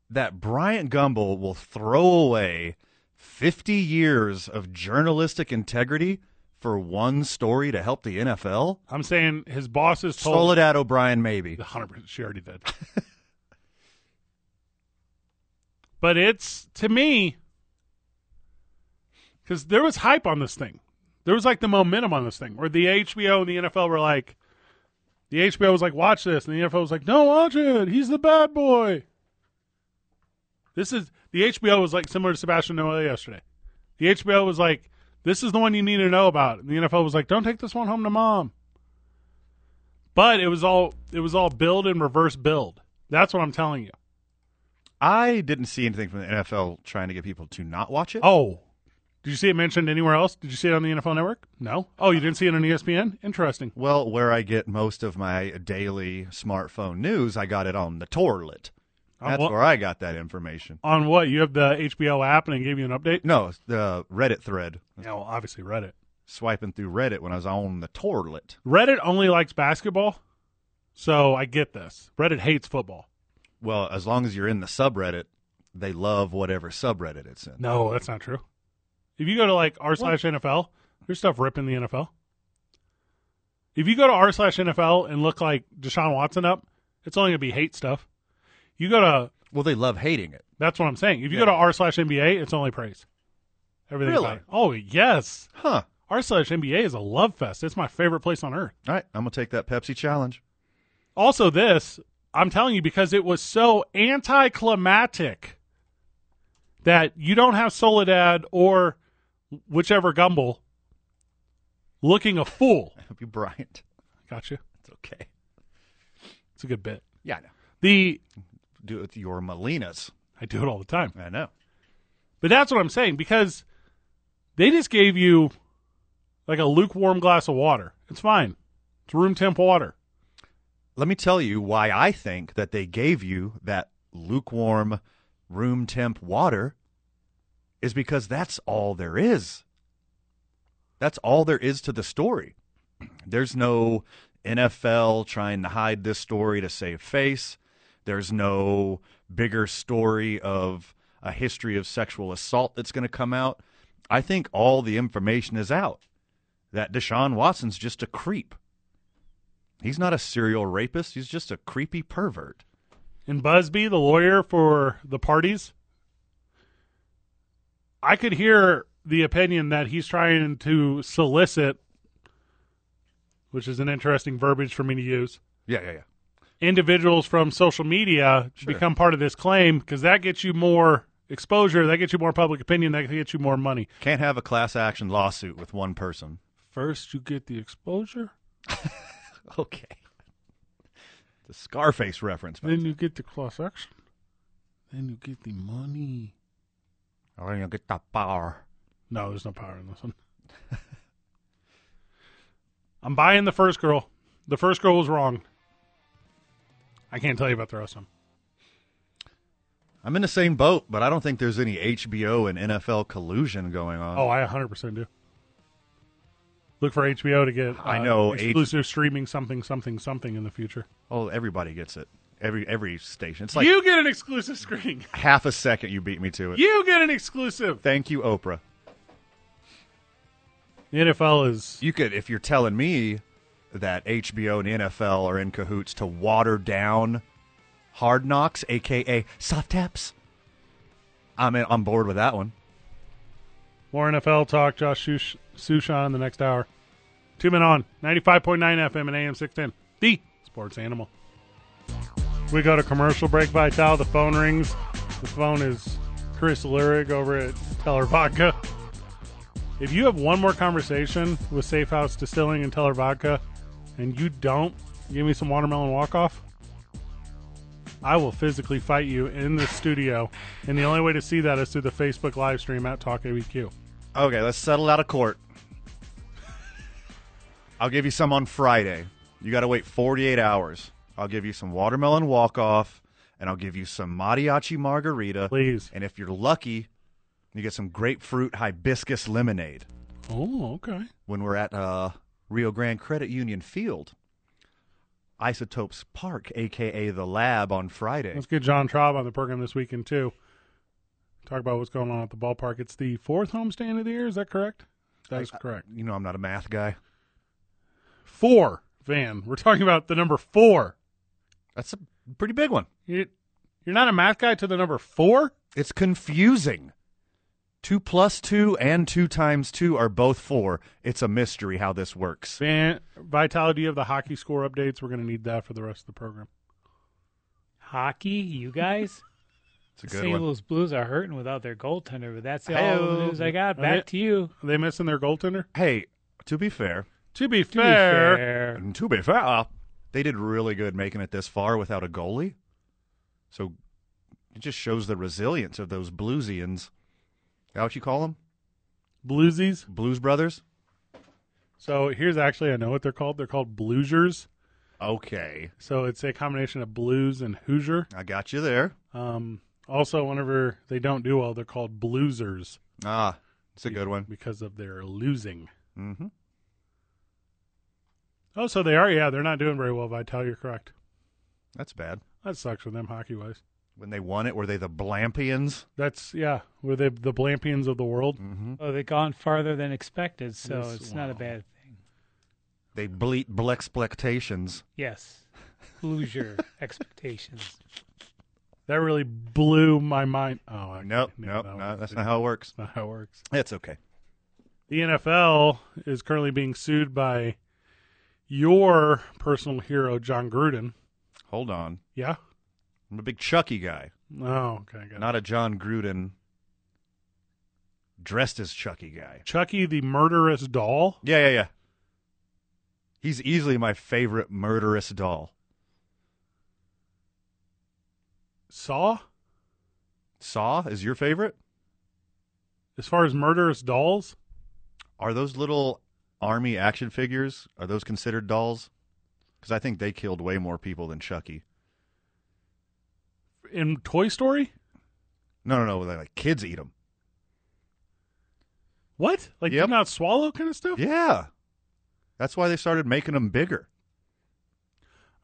Speaker 2: that Bryant Gumbel will throw away 50 years of journalistic integrity for one story to help the NFL?
Speaker 1: I'm saying his bosses told
Speaker 2: Soledad O'Brien, maybe.
Speaker 1: 100%. She already did. but it's, to me, because there was hype on this thing. There was like the momentum on this thing where the HBO and the NFL were like, the HBO was like, watch this. And the NFL was like, no, watch it. He's the bad boy. This is, the HBO was like similar to Sebastian Noah yesterday. The HBO was like, this is the one you need to know about. And the NFL was like, don't take this one home to mom but it was all it was all build and reverse build. That's what I'm telling you.
Speaker 2: I didn't see anything from the NFL trying to get people to not watch it.
Speaker 1: Oh, did you see it mentioned anywhere else? Did you see it on the NFL Network? No. Oh, you didn't see it on ESPN? Interesting.
Speaker 2: Well, where I get most of my daily smartphone news, I got it on the Torlet.
Speaker 1: On
Speaker 2: That's
Speaker 1: what-
Speaker 2: where I got that information.
Speaker 1: On what you have the HBO app and it gave you an update?
Speaker 2: No, it's the Reddit thread.
Speaker 1: Yeah, well, obviously Reddit.
Speaker 2: Swiping through Reddit when I was on the Torlet.
Speaker 1: Reddit only likes basketball, so I get this. Reddit hates football.
Speaker 2: Well, as long as you're in the subreddit, they love whatever subreddit it's in.
Speaker 1: No, that's not true. If you go to like r slash NFL, there's stuff ripping the NFL. If you go to r slash NFL and look like Deshaun Watson up, it's only gonna be hate stuff. You go to
Speaker 2: Well, they love hating it.
Speaker 1: That's what I'm saying. If you go
Speaker 2: Yeah.
Speaker 1: to r slash NBA, it's only praise. Everything.
Speaker 2: Really?
Speaker 1: Oh yes,
Speaker 2: Huh.
Speaker 1: r slash NBA is a love fest. It's my favorite place on earth.
Speaker 2: All right, I'm gonna take that Pepsi challenge.
Speaker 1: Also, this I'm telling you because it was so anticlimactic that you don't have Soledad or whichever Gumble looking a fool.
Speaker 2: It'll be Bryant.
Speaker 1: Gotcha.
Speaker 2: It's okay.
Speaker 1: It's a good bit.
Speaker 2: Yeah, I know.
Speaker 1: The
Speaker 2: Do it with your Molinas.
Speaker 1: I do it all the time.
Speaker 2: I know.
Speaker 1: But that's what I'm saying because they just gave you like a lukewarm glass of water. It's fine. It's room temp water.
Speaker 2: Let me tell you why I think that they gave you that lukewarm room temp water is because that's all there is. That's all there is to the story. There's no NFL trying to hide this story to save face. There's no bigger story of a history of sexual assault that's going to come out. I think all the information is out that Deshaun Watson's just a creep. He's not a serial rapist. He's just a creepy pervert.
Speaker 1: and Busby, the lawyer for the parties, I could hear the opinion that he's trying to solicit, which is an interesting verbiage for me to use,
Speaker 2: Yeah, yeah, yeah.
Speaker 1: individuals from social media to
Speaker 2: Sure.
Speaker 1: become part of this claim because that gets you more exposure, that gets you more public opinion, that gets you more money.
Speaker 2: Can't have a class action lawsuit with one person.
Speaker 1: First, you get the exposure,
Speaker 2: Okay. The Scarface reference. man.
Speaker 1: then you get the class action, then you get the money.
Speaker 2: Or you'll Oh, get the power.
Speaker 1: No, there's no power in this one. I'm buying the first girl. The first girl was wrong. I can't tell you about the rest of them.
Speaker 2: I'm in the same boat, but I don't think there's any HBO and NFL collusion going on.
Speaker 1: Oh, I 100% do. Look for HBO to get
Speaker 2: I
Speaker 1: uh,
Speaker 2: know, H-
Speaker 1: exclusive streaming something something something in the future.
Speaker 2: oh, everybody gets it. Every every station. It's like
Speaker 1: you get an exclusive screen.
Speaker 2: half a second you beat me to it.
Speaker 1: You get an exclusive.
Speaker 2: Thank you, Oprah.
Speaker 1: The NFL is
Speaker 2: You could if you're telling me that HBO and NFL are in cahoots to water down hard knocks, aka soft taps. I'm in, on board with that one.
Speaker 1: more NFL talk. Josh Sush- Sushan in the next hour. Two men on 95.9 FM and AM 610. The sports animal. We go to commercial break. Vital, the phone rings. The phone is Chris Lyric over at Teller Vodka. If you have one more conversation with Safe House Distilling and Teller Vodka and you don't give me some watermelon walk off, I will physically fight you in the studio. And the only way to see that is through the Facebook live stream at Talk ABQ.
Speaker 2: Okay, let's settle out of court. I'll give you some on Friday. You got to wait 48 hours. I'll give you some watermelon walk off, and I'll give you some mariachi margarita.
Speaker 1: Please.
Speaker 2: And if you're lucky, you get some grapefruit hibiscus lemonade
Speaker 1: Oh, okay.
Speaker 2: when we're at uh, Rio Grande Credit Union Field, Isotopes Park, aka the lab, on Friday.
Speaker 1: Let's get John Traub on the program this weekend too. Talk about what's going on at the ballpark. It's the fourth homestand of the year. Is that correct? That's correct.
Speaker 2: You know, I'm not a math guy.
Speaker 1: Four, Van. We're talking about the number four.
Speaker 2: That's a pretty big one.
Speaker 1: You, you're not a math guy to the number four.
Speaker 2: It's confusing. Two plus two and two times two are both four. It's a mystery how this works.
Speaker 1: Van Vitality do you have the hockey score updates? We're going to need that for the rest of the program.
Speaker 4: Hockey, you guys.
Speaker 2: It's a
Speaker 4: the
Speaker 2: good
Speaker 4: St.
Speaker 2: one.
Speaker 4: Louis Blues are hurting without their goaltender, but that's all the
Speaker 2: Hey-oh.
Speaker 4: news I got.
Speaker 1: Are
Speaker 4: Back
Speaker 1: they-
Speaker 4: to you.
Speaker 1: Are they missing their goaltender?
Speaker 2: Hey, to be fair,
Speaker 1: To be
Speaker 4: To be
Speaker 1: fair,
Speaker 4: fair,
Speaker 2: and to be fair, uh, they did really good making it this far without a goalie. So it just shows the resilience of those Bluesians. Is that what you call them?
Speaker 1: Bluesies.
Speaker 2: Blues brothers?
Speaker 1: So here's actually I know what they're called. They're called Bluesiers.
Speaker 2: Okay,
Speaker 1: So it's a combination of blues and Hoosier.
Speaker 2: I got you there.
Speaker 1: Um, also, whenever they don't do well, they're called bluesers
Speaker 2: Ah, it's a good one.
Speaker 1: because of their losing.
Speaker 2: Mm-hmm.
Speaker 1: Oh, so they are. Yeah, they're not doing very well, Vital. You're correct.
Speaker 2: That's bad.
Speaker 1: That sucks for them hockey wise.
Speaker 2: When they won it, were they the Blampians?
Speaker 1: That's, yeah, were they the Blampians of the world?
Speaker 2: Mm.
Speaker 4: oh, they've gone farther than expected, so
Speaker 1: Yes,
Speaker 4: it's not a
Speaker 1: wow.
Speaker 4: bad thing.
Speaker 2: They bleat Blexplectations.
Speaker 4: Yes, lose your expectations.
Speaker 1: That really blew my mind. Oh, I
Speaker 2: Nope,
Speaker 1: no,
Speaker 2: nope,
Speaker 1: that
Speaker 2: no,
Speaker 1: was-
Speaker 2: that's not how it works.
Speaker 1: that's not how it works.
Speaker 2: That's okay.
Speaker 1: The NFL is currently being sued by your personal hero, John Gruden.
Speaker 2: Hold on.
Speaker 1: Yeah.
Speaker 2: I'm a big Chucky guy,
Speaker 1: Oh, okay. Got it.
Speaker 2: not a John Gruden dressed as Chucky guy.
Speaker 1: Chucky the murderous doll.
Speaker 2: Yeah, yeah, yeah. He's easily my favorite murderous doll.
Speaker 1: Saw.
Speaker 2: Saw is your favorite?
Speaker 1: As far as murderous dolls,
Speaker 2: Are those little army action figures? Are those considered dolls? Because I think they killed way more people than Chucky.
Speaker 1: in Toy Story.
Speaker 2: No, no, no. Like, like kids eat them.
Speaker 1: What? Like
Speaker 2: Yep.
Speaker 1: did not swallow kind of stuff.
Speaker 2: Yeah, that's why they started making them bigger.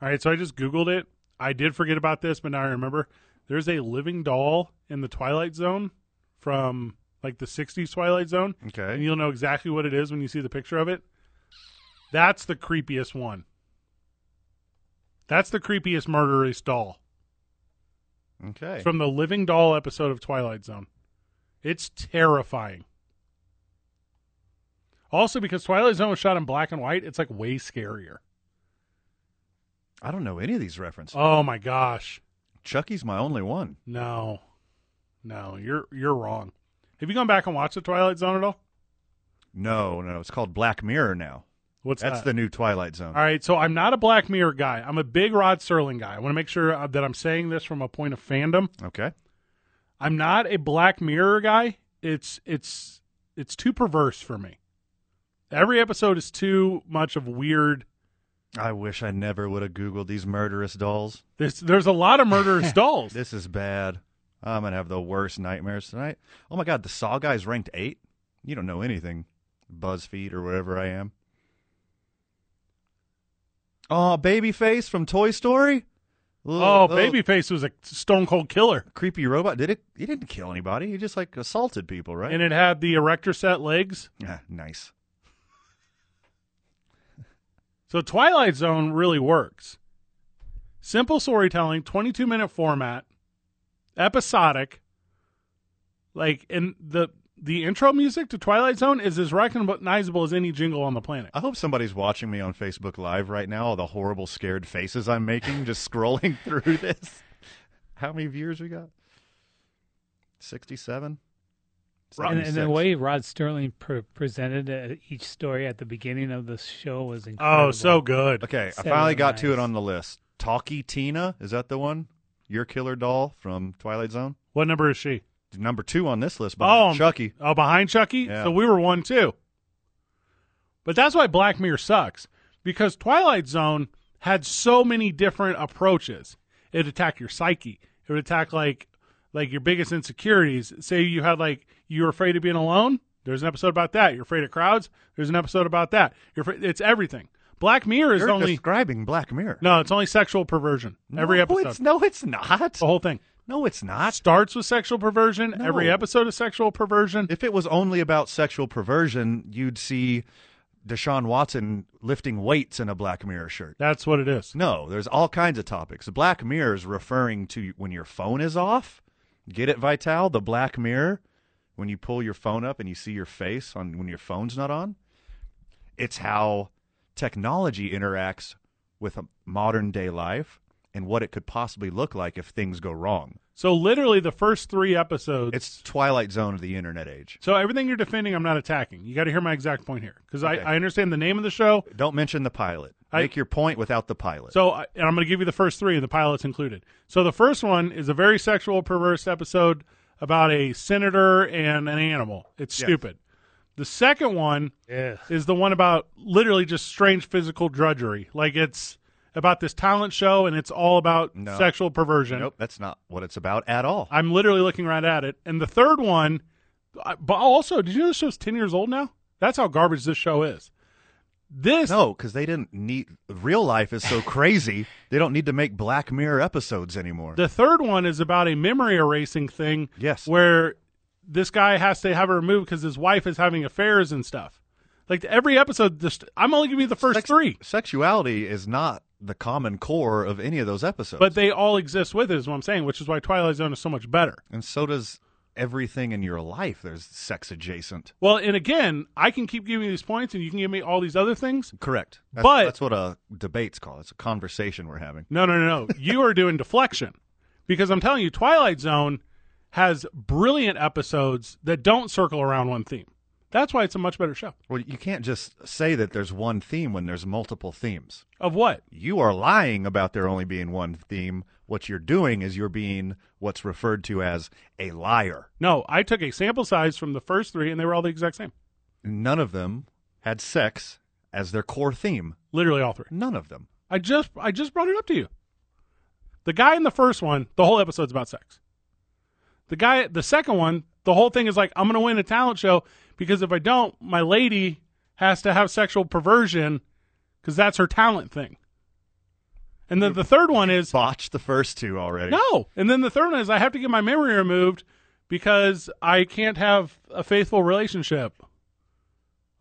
Speaker 1: All right, so I just Googled it. I did forget about this, but now I remember. There's a living doll in the Twilight Zone from like the 60s Twilight Zone. And
Speaker 2: Okay.
Speaker 1: you'll know exactly what it is when you see the picture of it. That's the creepiest one. That's the creepiest murderous doll.
Speaker 2: Okay.
Speaker 1: It's from the Living Doll episode of Twilight Zone. It's terrifying. Also, because Twilight Zone was shot in black and white, it's like way scarier.
Speaker 2: I don't know any of these references.
Speaker 1: Oh my gosh.
Speaker 2: Chucky's my only one.
Speaker 1: No, no, you're you're wrong. Have you gone back and watched the Twilight Zone at all?
Speaker 2: No, no, it's called Black Mirror now.
Speaker 1: What's
Speaker 2: That's
Speaker 1: that?
Speaker 2: the new Twilight Zone.
Speaker 1: all right, so I'm not a Black Mirror guy. I'm a big Rod Serling guy. I want to make sure uh, that I'm saying this from a point of fandom.
Speaker 2: Okay.
Speaker 1: I'm not a Black Mirror guy. It's it's it's too perverse for me. Every episode is too much of weird.
Speaker 2: I wish I never would have googled these murderous dolls.
Speaker 1: There's there's a lot of murderous dolls.
Speaker 2: This is bad. I'm gonna have the worst nightmares tonight. Oh my god, the Saw guy's ranked eight. You don't know anything, BuzzFeed or wherever I am. Oh, Babyface from Toy Story.
Speaker 1: oh,
Speaker 2: Little- little
Speaker 1: Babyface was a stone cold killer,
Speaker 2: creepy robot. Did it? He didn't kill anybody. He just like assaulted people, right?
Speaker 1: and it had the erector set legs.
Speaker 2: Ah, nice.
Speaker 1: So Twilight Zone really works. Simple storytelling, 22 minute format, episodic. Like and the the intro music to Twilight Zone is as recognizable as any jingle on the planet.
Speaker 2: I hope somebody's watching me on Facebook Live right now. All the horrible, scared faces I'm making just scrolling through this. How many viewers we got? Sixty-seven.
Speaker 4: And, and the
Speaker 2: 76.
Speaker 4: way Rod Sterling pre- presented uh, each story at the beginning of the show was incredible.
Speaker 1: Oh, so good.
Speaker 2: Okay, I
Speaker 4: Seven
Speaker 2: finally got to it
Speaker 4: Lives.
Speaker 2: on the list. Talkie Tina, is that the one? Your killer doll from Twilight Zone?
Speaker 1: What number is she?
Speaker 2: Number two on this list, but
Speaker 1: I'm-
Speaker 2: Chucky.
Speaker 1: Oh, behind Chucky?
Speaker 2: Yeah.
Speaker 1: So we were one too. But that's why Black Mirror sucks because Twilight Zone had so many different approaches. It would attack your psyche. It would attack like like your biggest insecurities. Say you had like you're afraid of being alone. There's an episode about that. You're afraid of crowds. There's an episode about that. You're afraid, it's everything. Black Mirror is
Speaker 2: You're
Speaker 1: only
Speaker 2: describing Black Mirror.
Speaker 1: no, it's only sexual perversion. Every
Speaker 2: No,
Speaker 1: episode, Oh.
Speaker 2: It's, no, it's not.
Speaker 1: the whole thing
Speaker 2: No, it's not.
Speaker 1: starts with sexual perversion. Every
Speaker 2: No.
Speaker 1: episode is sexual perversion.
Speaker 2: If it was only about sexual perversion, you'd see Deshaun Watson lifting weights in a Black Mirror shirt.
Speaker 1: That's what it is.
Speaker 2: No, there's all kinds of topics. Black Mirror is referring to when your phone is off. Get it, Vital? The Black Mirror, when you pull your phone up and you see your face on when your phone's not on. It's how technology interacts with modern day life and what it could possibly look like if things go wrong.
Speaker 1: So literally the first three episodes.
Speaker 2: It's Twilight Zone of the internet age.
Speaker 1: so everything you're defending, I'm not attacking. You got to hear my exact point here because
Speaker 2: Okay.
Speaker 1: I, I understand the name of the show.
Speaker 2: Don't mention the pilot.
Speaker 1: I-
Speaker 2: Make your point without the pilot.
Speaker 1: So I, and I'm going to give you the first three, and the pilot's included. So the first one is a very sexual, perverse episode about a senator and an animal. It's
Speaker 2: Yes.
Speaker 1: stupid. The second one
Speaker 4: Yeah.
Speaker 1: is the one about literally just strange physical drudgery. Like it's about this talent show, and it's all about
Speaker 2: No.
Speaker 1: sexual perversion.
Speaker 2: nope, that's not what it's about at all.
Speaker 1: I'm literally looking right at it. And the third one, I- but also, did you know this show's 10 years old now? That's how garbage this show is. This,
Speaker 2: No, because they didn't need. Real life is so crazy. they don't need to make Black Mirror episodes anymore.
Speaker 1: the third one is about a memory erasing thing.
Speaker 2: Yes.
Speaker 1: Where this guy has to have it removed because his wife is having affairs and stuff. Like every episode, this, I'm only giving you the first
Speaker 2: Sex-
Speaker 1: three,
Speaker 2: Sexuality is not the common core of any of those episodes.
Speaker 1: but they all exist with it, is what I'm saying, which is why Twilight Zone is so much better.
Speaker 2: and so does everything in your life there's sex adjacent.
Speaker 1: Well, and again, I can keep giving you these points, and you can give me all these other things.
Speaker 2: Correct. That's,
Speaker 1: But-
Speaker 2: that's what a debate's called. It's a conversation we're having.
Speaker 1: No, no, no, no. you are doing deflection because I'm telling you, Twilight Zone has brilliant episodes that don't circle around one theme. That's why it's a much better show.
Speaker 2: Well, you can't just say that there's one theme when there's multiple themes.
Speaker 1: Of what?
Speaker 2: You are lying about there only being one theme. What you're doing is you're being what's referred to as a liar.
Speaker 1: No, I took a sample size from the first three, and they were all the exact same.
Speaker 2: None of them had sex as their core theme.
Speaker 1: Literally all three.
Speaker 2: None of them.
Speaker 1: I just, I just brought it up to you. The guy in the first one, the whole episode's about sex. The guy, the second one, the whole thing is like, I'm going to win a talent show because if I don't, my lady has to have sexual perversion because that's her talent thing. And then the third one is
Speaker 2: Botched the first two already.
Speaker 1: No. And then the third one is I have to get my memory removed because I can't have a faithful relationship.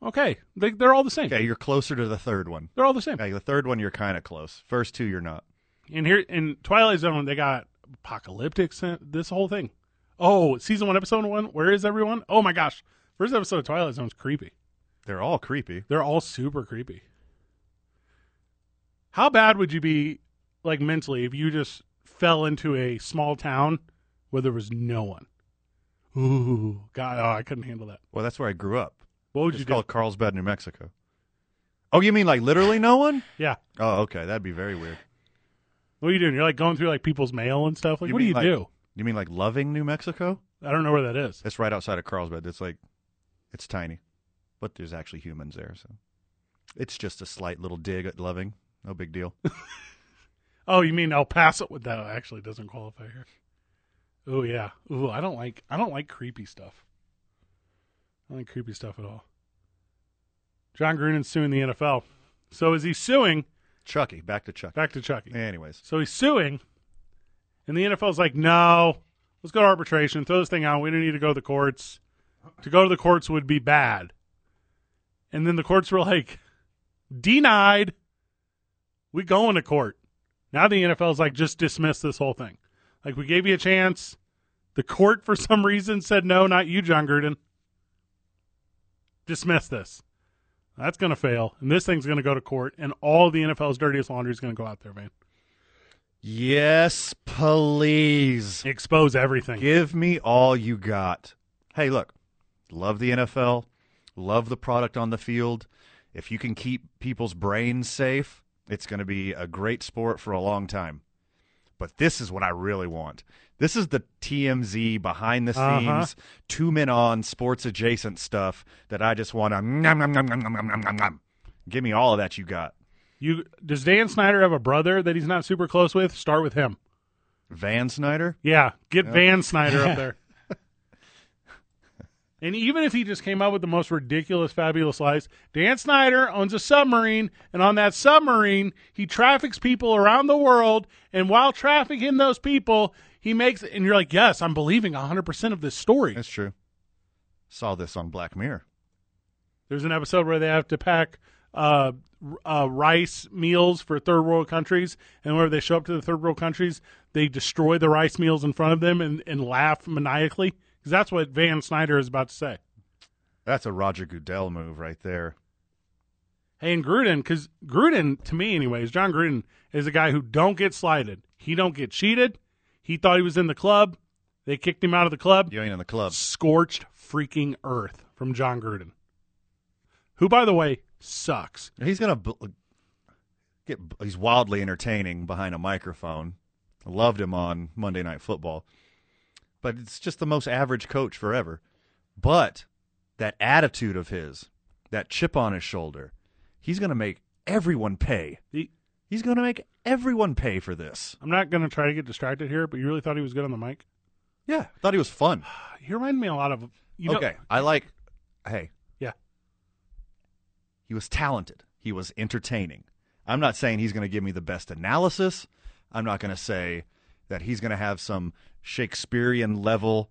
Speaker 1: Okay. They, they're all the same.
Speaker 2: Okay, you're closer to the third one.
Speaker 1: They're all the same.
Speaker 2: Okay, the third one you're kind of close. First two you're not.
Speaker 1: And here in Twilight Zone, they got apocalyptic, sen- this whole thing. Oh, season one, episode one. Where is everyone? Oh my gosh. First episode of Twilight Zone is creepy.
Speaker 2: They're all creepy.
Speaker 1: They're all super creepy. How bad would you be, like mentally, if you just fell into a small town where there was no one? Ooh, God, oh, I couldn't handle that.
Speaker 2: Well, that's where I grew up.
Speaker 1: What would
Speaker 2: It's
Speaker 1: you do?
Speaker 2: called Carlsbad, New Mexico. Oh, you mean like literally no one?
Speaker 1: yeah,
Speaker 2: Oh, okay, that'd be very weird.
Speaker 1: what are you doing? You're like going through like people's mail and stuff. Like, what do
Speaker 2: mean,
Speaker 1: you
Speaker 2: like-
Speaker 1: do?
Speaker 2: You mean like Loving, New Mexico?
Speaker 1: I don't know where that is.
Speaker 2: That's right outside of Carlsbad. It's like, it's tiny, but there's actually humans there, so it's just a slight little dig at Loving. No big deal.
Speaker 1: Oh, you mean El Paso? That actually doesn't qualify here. Oh yeah. Ooh, I don't like I don't like creepy stuff. I don't like creepy stuff at all. John Gruden's suing the NFL. So is he suing?
Speaker 2: Chucky, back to Chucky.
Speaker 1: Back to Chucky.
Speaker 2: Anyways,
Speaker 1: So he's suing, and the NFL's like, no, let's go to arbitration, throw this thing out. We don't need to go to the courts. To go to the courts would be bad. And then the courts were like, denied. We going to court. Now the NFL's like, just dismiss this whole thing. Like, we gave you a chance. The court, for some reason, said, no, not you, John Gruden. Dismiss this. That's going to fail. And this thing's going to go to court. And all the NFL's dirtiest laundry is going to go out there, man.
Speaker 2: yes, please
Speaker 1: expose everything.
Speaker 2: give me all you got. Hey, look, love the NFL, love the product on the field. If you can keep people's brains safe, it's going to be a great sport for a long time. But this is what I really want. This is the TMZ behind the scenes,
Speaker 1: Uh-huh.
Speaker 2: two men on sports adjacent stuff that I just want to nom, nom, nom, nom, nom, nom, nom, nom, nom. Give me all of that you got.
Speaker 1: You does Dan Snyder have a brother that he's not super close with? Start with him.
Speaker 2: Van Snyder?
Speaker 1: Yeah, get Van Snyder up there. and even if he just came up with the most ridiculous, fabulous lies, Dan Snyder owns a submarine, and on that submarine, he traffics people around the world. And while trafficking those people, he makes and you're like, yes, I'm believing 100 percent of this story.
Speaker 2: That's true. Saw this on Black Mirror.
Speaker 1: There's an episode where they have to pack uh, r- uh, rice meals for third world countries, and whenever they show up to the third world countries, they destroy the rice meals in front of them and, and laugh maniacally because that's what Van Snyder is about to say.
Speaker 2: That's a Roger Goodell move right there.
Speaker 1: Hey, and Gruden, because Gruden, to me, anyways, John Gruden is a guy who don't get slighted. He don't get cheated. He thought he was in the club. They kicked him out of the club.
Speaker 2: You ain't in the club.
Speaker 1: Scorched freaking earth from John Gruden, who, by the way, sucks.
Speaker 2: He's gonna bl- get. He's wildly entertaining behind a microphone. I loved him on Monday Night Football, but it's just the most average coach forever. But that attitude of his, that chip on his shoulder, he's gonna make everyone pay.
Speaker 1: He,
Speaker 2: He's gonna make everyone pay for this.
Speaker 1: I'm not going to try to get distracted here, but you really thought he was good on the mic?
Speaker 2: Yeah, I thought he was fun.
Speaker 1: He reminded me a lot of. You know-
Speaker 2: okay, I like. Hey,
Speaker 1: Yeah.
Speaker 2: He was talented. He was entertaining. I'm not saying he's going to give me the best analysis. I'm not going to say that he's going to have some Shakespearean level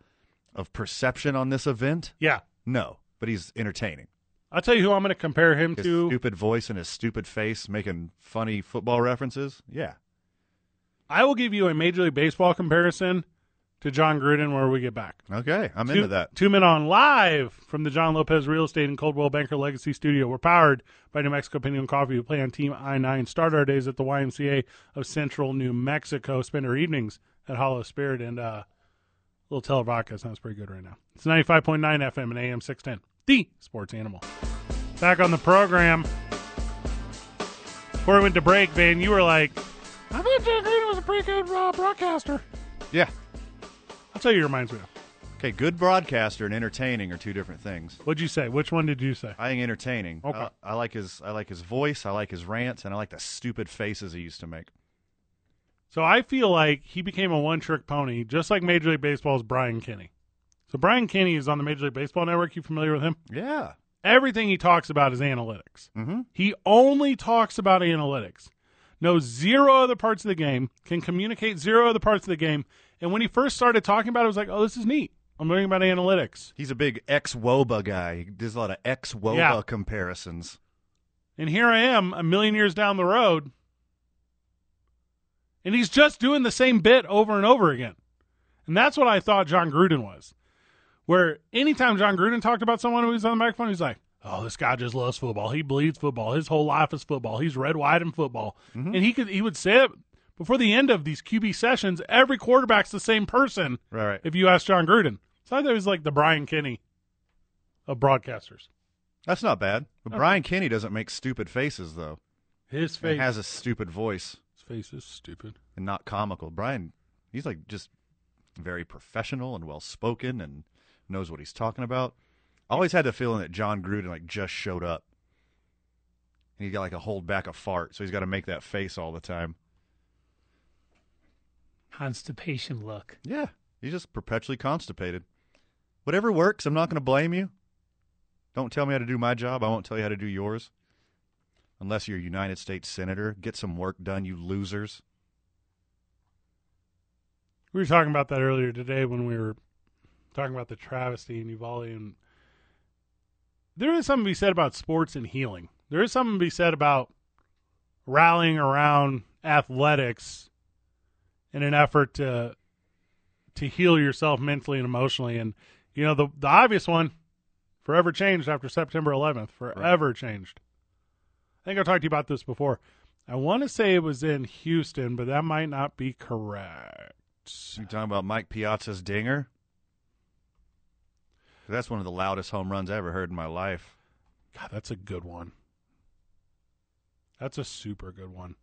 Speaker 2: of perception on this event.
Speaker 1: Yeah.
Speaker 2: No, but he's entertaining.
Speaker 1: I'll tell you who I'm going to compare him
Speaker 2: His
Speaker 1: to.
Speaker 2: stupid voice and his stupid face making funny football references. Yeah.
Speaker 1: I will give you a Major League Baseball comparison to John Gruden where we get back.
Speaker 2: Okay, I'm
Speaker 1: Two-
Speaker 2: into that.
Speaker 1: Two men on live from the John Lopez Real Estate and Coldwell Banker Legacy Studio. We're powered by New Mexico Pinion Coffee. We play on Team I 9. Start our days at the YMCA of Central New Mexico. Spend our evenings at Hollow Spirit. And uh, a little Tela Vodka sounds pretty good right now. It's 95.9 FM and AM 610. The Sports Animal. Back on the program. Before we went to break, Van, you were like, I bet John Gruden was a pretty good uh, broadcaster.
Speaker 2: Yeah.
Speaker 1: That's what you reminds me of.
Speaker 2: Okay, good broadcaster and entertaining are two different things.
Speaker 1: What'd you say? Which one did you say?
Speaker 2: I think entertaining.
Speaker 1: Okay.
Speaker 2: I, I like his I like his voice, I like his rants, and I like the stupid faces he used to make.
Speaker 1: So I feel like he became a one trick pony, just like Major League Baseball's Brian Kinney. So Brian Kinney is on the Major League Baseball Network. You familiar with him?
Speaker 2: Yeah.
Speaker 1: Everything he talks about is analytics.
Speaker 2: Mm-hmm.
Speaker 1: He only talks about analytics. Knows zero other parts of the game, can communicate zero other parts of the game. And when he first started talking about it, I was like, oh, this is neat. I'm learning about analytics.
Speaker 2: He's a big ex Woba guy. He does a lot of ex Woba
Speaker 1: Yeah.
Speaker 2: comparisons.
Speaker 1: And here I am, a million years down the road. And he's just doing the same bit over and over again. And that's what I thought John Gruden was. Where anytime John Gruden talked about someone who was on the microphone, he's like, Oh, this guy just loves football. He bleeds football. His whole life is football. He's red, white, and football. And he could he would say it before the end of these QB sessions, every quarterback's the same person
Speaker 2: Right, right.
Speaker 1: if you ask John Gruden. So I thought it was like the Brian Kinney of broadcasters.
Speaker 2: That's not bad. But Brian Kinney doesn't make stupid faces though.
Speaker 1: His
Speaker 2: He
Speaker 1: face
Speaker 2: has a stupid voice
Speaker 1: his face is stupid.
Speaker 2: and not comical. Brian he's like just very professional and well spoken and knows what he's talking about. I always had the feeling that John Gruden like just showed up. And he got like a hold back a fart, so he's gotta make that face all the time.
Speaker 4: Constipation look.
Speaker 2: Yeah. He's just perpetually constipated. Whatever works, I'm not going to blame you. Don't tell me how to do my job. I won't tell you how to do yours. Unless you're a United States Senator, get some work done, you losers.
Speaker 1: We were talking about that earlier today when we were talking about the travesty in Uvalde, and there is something to be said about sports and healing. There is something to be said about rallying around athletics in an effort to to heal yourself mentally and emotionally. And you know the the obvious one, forever changed after September 11th. Forever changed. I think I talked to you about this before. I want to say it was in Houston, but that might not be correct.
Speaker 2: You talking about Mike Piazza's dinger? That's one of the loudest home runs I ever heard in my life.
Speaker 1: God, that's a good one. That's a super good one.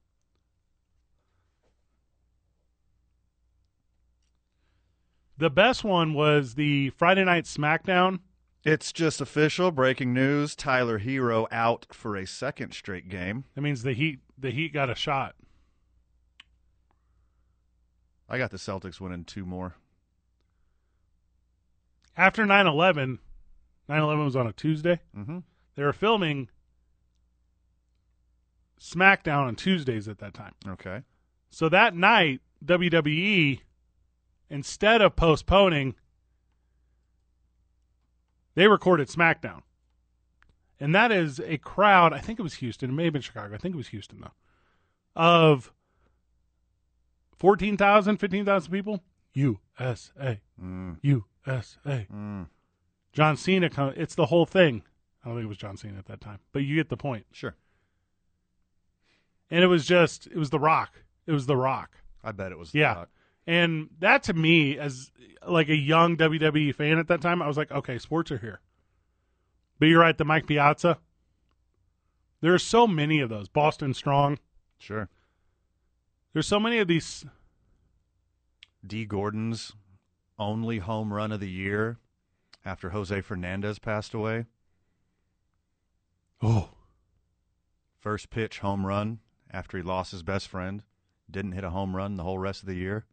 Speaker 1: The best one was the Friday Night SmackDown.
Speaker 2: It's just official. Breaking news Tyler Hero out for a second straight game.
Speaker 1: That means the Heat the Heat got a shot.
Speaker 2: I got the Celtics winning two more.
Speaker 1: After 9/11, 9/11 was on a Tuesday.
Speaker 2: Mm-hmm.
Speaker 1: They were filming SmackDown on Tuesdays at that time.
Speaker 2: Okay.
Speaker 1: So that night, WWE, instead of postponing, they recorded SmackDown. And that is a crowd, I think it was Houston, it may have been Chicago, I think it was Houston, though, of 14,000, 15,000 people. USA,
Speaker 2: Mm,
Speaker 1: USA.
Speaker 2: mm.
Speaker 1: John Cena, come- it's the whole thing. I don't think it was John Cena at that time, but you get the point.
Speaker 2: Sure.
Speaker 1: And it was just, it was The Rock. It was The Rock.
Speaker 2: I bet it was.
Speaker 1: Yeah.
Speaker 2: Doc.
Speaker 1: And that to me, as like a young WWE fan at that time, I was like, okay, sports are here. But you're right, the Mike Piazza. There are so many of those. Boston Strong.
Speaker 2: Sure.
Speaker 1: There's so many of these.
Speaker 2: D. Gordon's only home run of the year after Jose Fernandez passed away.
Speaker 1: Oh,
Speaker 2: First pitch home run after he lost his best friend. Didn't hit a home run the whole rest of the year.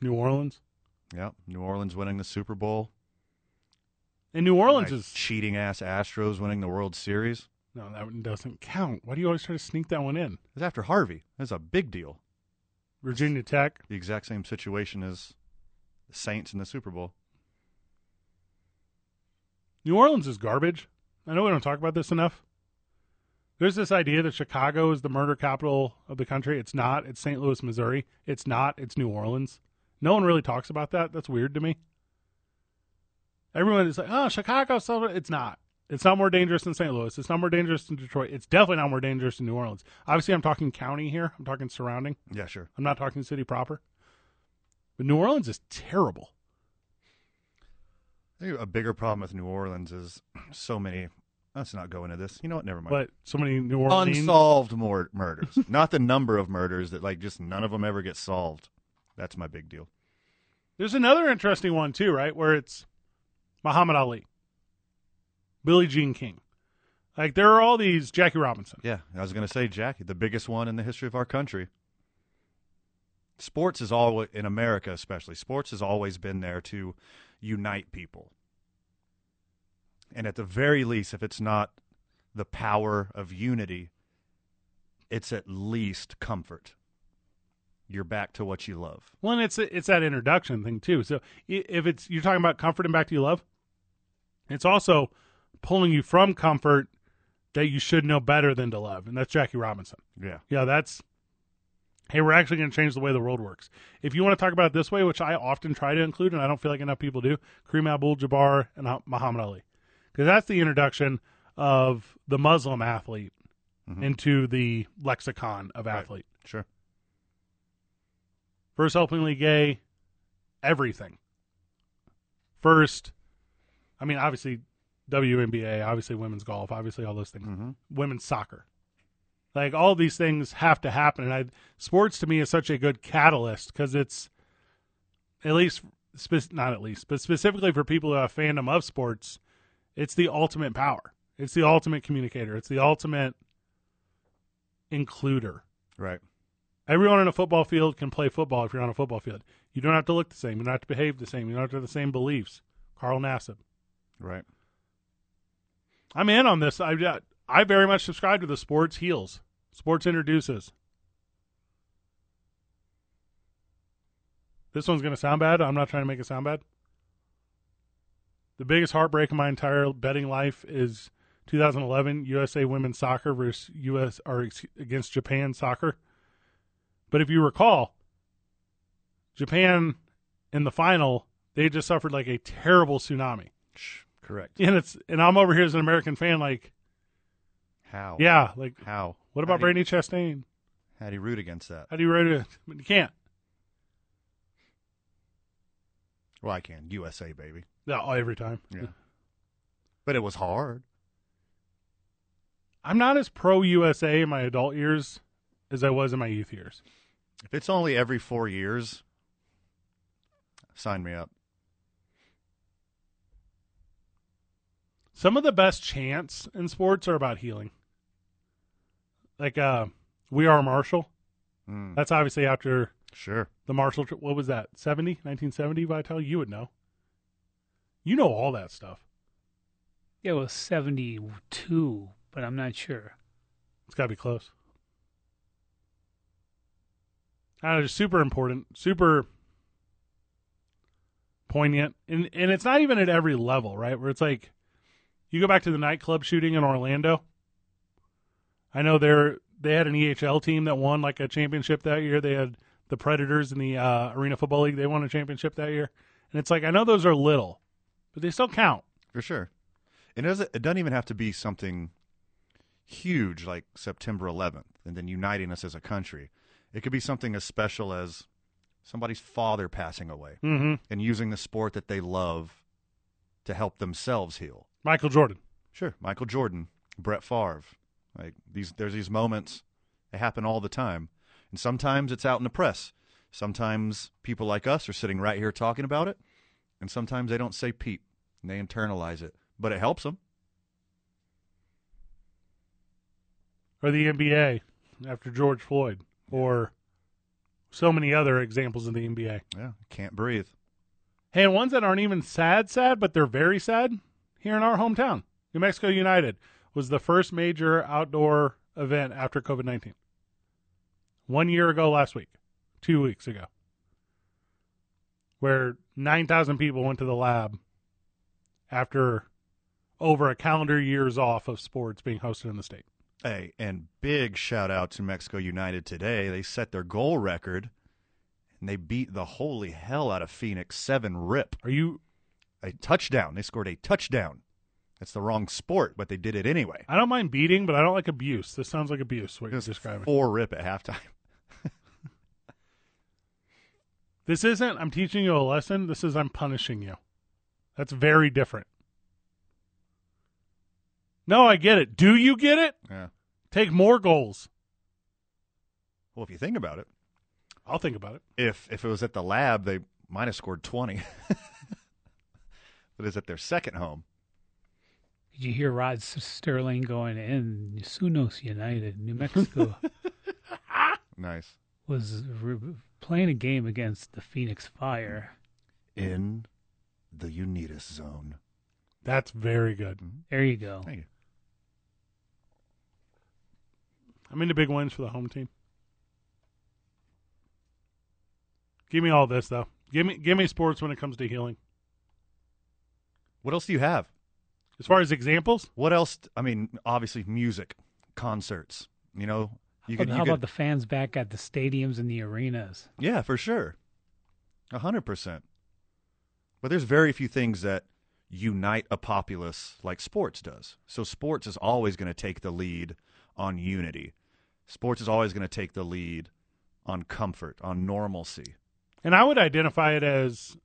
Speaker 1: New Orleans.
Speaker 2: Yep. New Orleans winning the Super Bowl.
Speaker 1: And New Orleans
Speaker 2: My
Speaker 1: is
Speaker 2: cheating ass Astros winning the World Series. It
Speaker 1: no, that one doesn't count. Why do you always try to sneak that one in?
Speaker 2: was after Harvey. That's a big deal.
Speaker 1: Virginia Tech.
Speaker 2: The exact same situation as the Saints in the Super Bowl.
Speaker 1: New Orleans is garbage. I know we don't talk about this enough. There's this idea that Chicago is the murder capital of the country. It's not. It's St. Louis, Missouri. It's not. It's New Orleans. No one really talks about that. That's weird to me. Everyone is like, oh, Chicago, so it's not. It's not more dangerous than St. Louis. It's not more dangerous than Detroit. It's definitely not more dangerous than New Orleans. Obviously, I'm talking county here. I'm talking surrounding.
Speaker 2: Yeah, sure.
Speaker 1: I'm not talking city proper. But New Orleans is terrible.
Speaker 2: I think a bigger problem with New Orleans is so many. Let's not go into this. You know what? Never mind.
Speaker 1: But so many New Orleans.
Speaker 2: unsolved mor- murders, not the number of murders that like just none of them ever get solved. That's my big deal.
Speaker 1: There's another interesting one too, right? Where it's Muhammad Ali, Billie Jean King. Like there are all these Jackie Robinson.
Speaker 2: Yeah, I was gonna say Jackie, the biggest one in the history of our country. Sports is always in America, especially. Sports has always been there to unite people, and at the very least, if it's not the power of unity, it's at least comfort. You're back to what you love.
Speaker 1: Well, and it's it's that introduction thing too. So i- if it's you're talking about comfort and back to your love, it's also pulling you from comfort that you should know better than to love, and that's Jackie Robinson.
Speaker 2: Yeah,
Speaker 1: Yeah, that's hey, we're actually going to change the way the world works. If you want to talk about it this way, which I often try to include, and I don't feel like enough people do, Kareem Abdul-Jabbar and uh, Muhammad Ali, because that's the introduction of the Muslim athlete into the lexicon of athlete.
Speaker 2: sure.
Speaker 1: First openly gay, everything. First, I mean, obviously WNBA, obviously women's golf, obviously all those things, women's soccer. Like all these things have to happen, and I sports to me is such a good catalyst because it's at least spe- not at least, but specifically for people who have fandom of sports, it's the ultimate power. It's the ultimate communicator. It's the ultimate includer.
Speaker 2: Right.
Speaker 1: Everyone on a football field can play football if you're on a football field. You don't have to look the same. You don't have to behave the same. You don't have to have the same beliefs. Carl Nassib.
Speaker 2: Right.
Speaker 1: I'm in on this. I I very much subscribe to the sports heals, sports introduces. This one's going to sound bad. I'm not trying to make it sound bad. The biggest heartbreak of my entire betting life is 2011 USA women's soccer versus US or ex- against Japan soccer. But if you recall, Japan in the final, they just suffered like a terrible tsunami.
Speaker 2: Shh, Correct.
Speaker 1: And it's and I'm over here as an American fan, like,
Speaker 2: How?
Speaker 1: yeah, like
Speaker 2: How?
Speaker 1: what about
Speaker 2: Oh. How do
Speaker 1: Brady
Speaker 2: you-
Speaker 1: Chastain?
Speaker 2: How do you root against that?
Speaker 1: How do you write it? I mean, You can't.
Speaker 2: Well, I can. USA, baby.
Speaker 1: No, every time.
Speaker 2: Yeah. But it was hard.
Speaker 1: I'm not as pro USA in my adult years as I was in my youth years.
Speaker 2: If it's only every four years, sign me up.
Speaker 1: Some of the best chants in sports are about healing. Like uh We Are Marshall.
Speaker 2: Mm,
Speaker 1: That's obviously after
Speaker 2: sure.
Speaker 1: the Marshall tr- what was that? 70, 1970 Vital, you would know. You know all that stuff.
Speaker 4: Yeah, it was 72, but I'm not sure.
Speaker 1: It's got to be close. I don't know, super important, super poignant, and and it's not even at every level, right? Where it's like, you go back to the nightclub shooting in Orlando. I know they're they had an EHL team that won like a championship that year. They had the Predators in the uh, Arena Football League. They won a championship that year, and it's like I know those are little, but they still count.
Speaker 2: For sure. And it doesn't, it doesn't even have to be something huge like September 11th and then uniting us as a country. It could be something as special as somebody's father passing away
Speaker 1: Mm-hmm.
Speaker 2: and using the sport that they love to help themselves heal.
Speaker 1: Michael Jordan.
Speaker 2: Sure, Michael Jordan, Brett Favre, like these. There's these moments. They happen all the time, and sometimes it's out in the press. Sometimes people like us are sitting right here talking about it, and sometimes they don't say peep. And they internalize it, but it helps them.
Speaker 1: or the NBA after George Floyd, or so many other examples in the NBA.
Speaker 2: Yeah, can't breathe.
Speaker 1: Hey, and ones that aren't even sad, sad, but they're very sad here in our hometown. New Mexico United was the first major outdoor event after COVID 19. One year ago last week, two weeks ago, where 9,000 people went to the lab after over a calendar years off of sports being hosted in the state.
Speaker 2: Hey, and big shout out to Mexico United today. They set their goal record, and and they beat the holy hell out of Phoenix seven rip.
Speaker 1: Are you?
Speaker 2: A touchdown. They scored a touchdown. That's the wrong sport, but they did it anyway.
Speaker 1: I don't mind beating, but I don't like abuse. This sounds like abuse. What you're
Speaker 2: Just
Speaker 1: describing.
Speaker 2: four rip at halftime.
Speaker 1: This isn't. I'm teaching you a lesson. This is. I'm punishing you. That's very different. No, I get it. Do you get it?
Speaker 2: Yeah.
Speaker 1: Take more goals.
Speaker 2: Well, if you think about it,
Speaker 1: I'll think about it.
Speaker 2: if if it was at the lab, they might have scored twenty. but it's at their second home.
Speaker 4: Did you hear Rod Sterling going in? Sunos United, New Mexico
Speaker 2: Nice.
Speaker 4: was re- playing a game against the Phoenix Fire.
Speaker 2: In the Unitas zone.
Speaker 1: That's very good.
Speaker 4: There you go.
Speaker 2: Thank you.
Speaker 1: I'm into big wins for the home team. Give me all this though. Give me give me sports when it comes to healing.
Speaker 2: What else do you have?
Speaker 1: As far as examples,
Speaker 2: What else? I mean, obviously music, concerts. You know, you
Speaker 4: how
Speaker 2: could.
Speaker 4: about,
Speaker 2: you
Speaker 4: how
Speaker 2: could-
Speaker 4: about the fans back at the stadiums and the arenas?
Speaker 2: Yeah, for sure. A hundred percent. But there's very few things that unite a populace like sports does. So sports is always going to take the lead on unity. Sports is always going to take the lead on comfort, on normalcy.
Speaker 1: and I would identify it as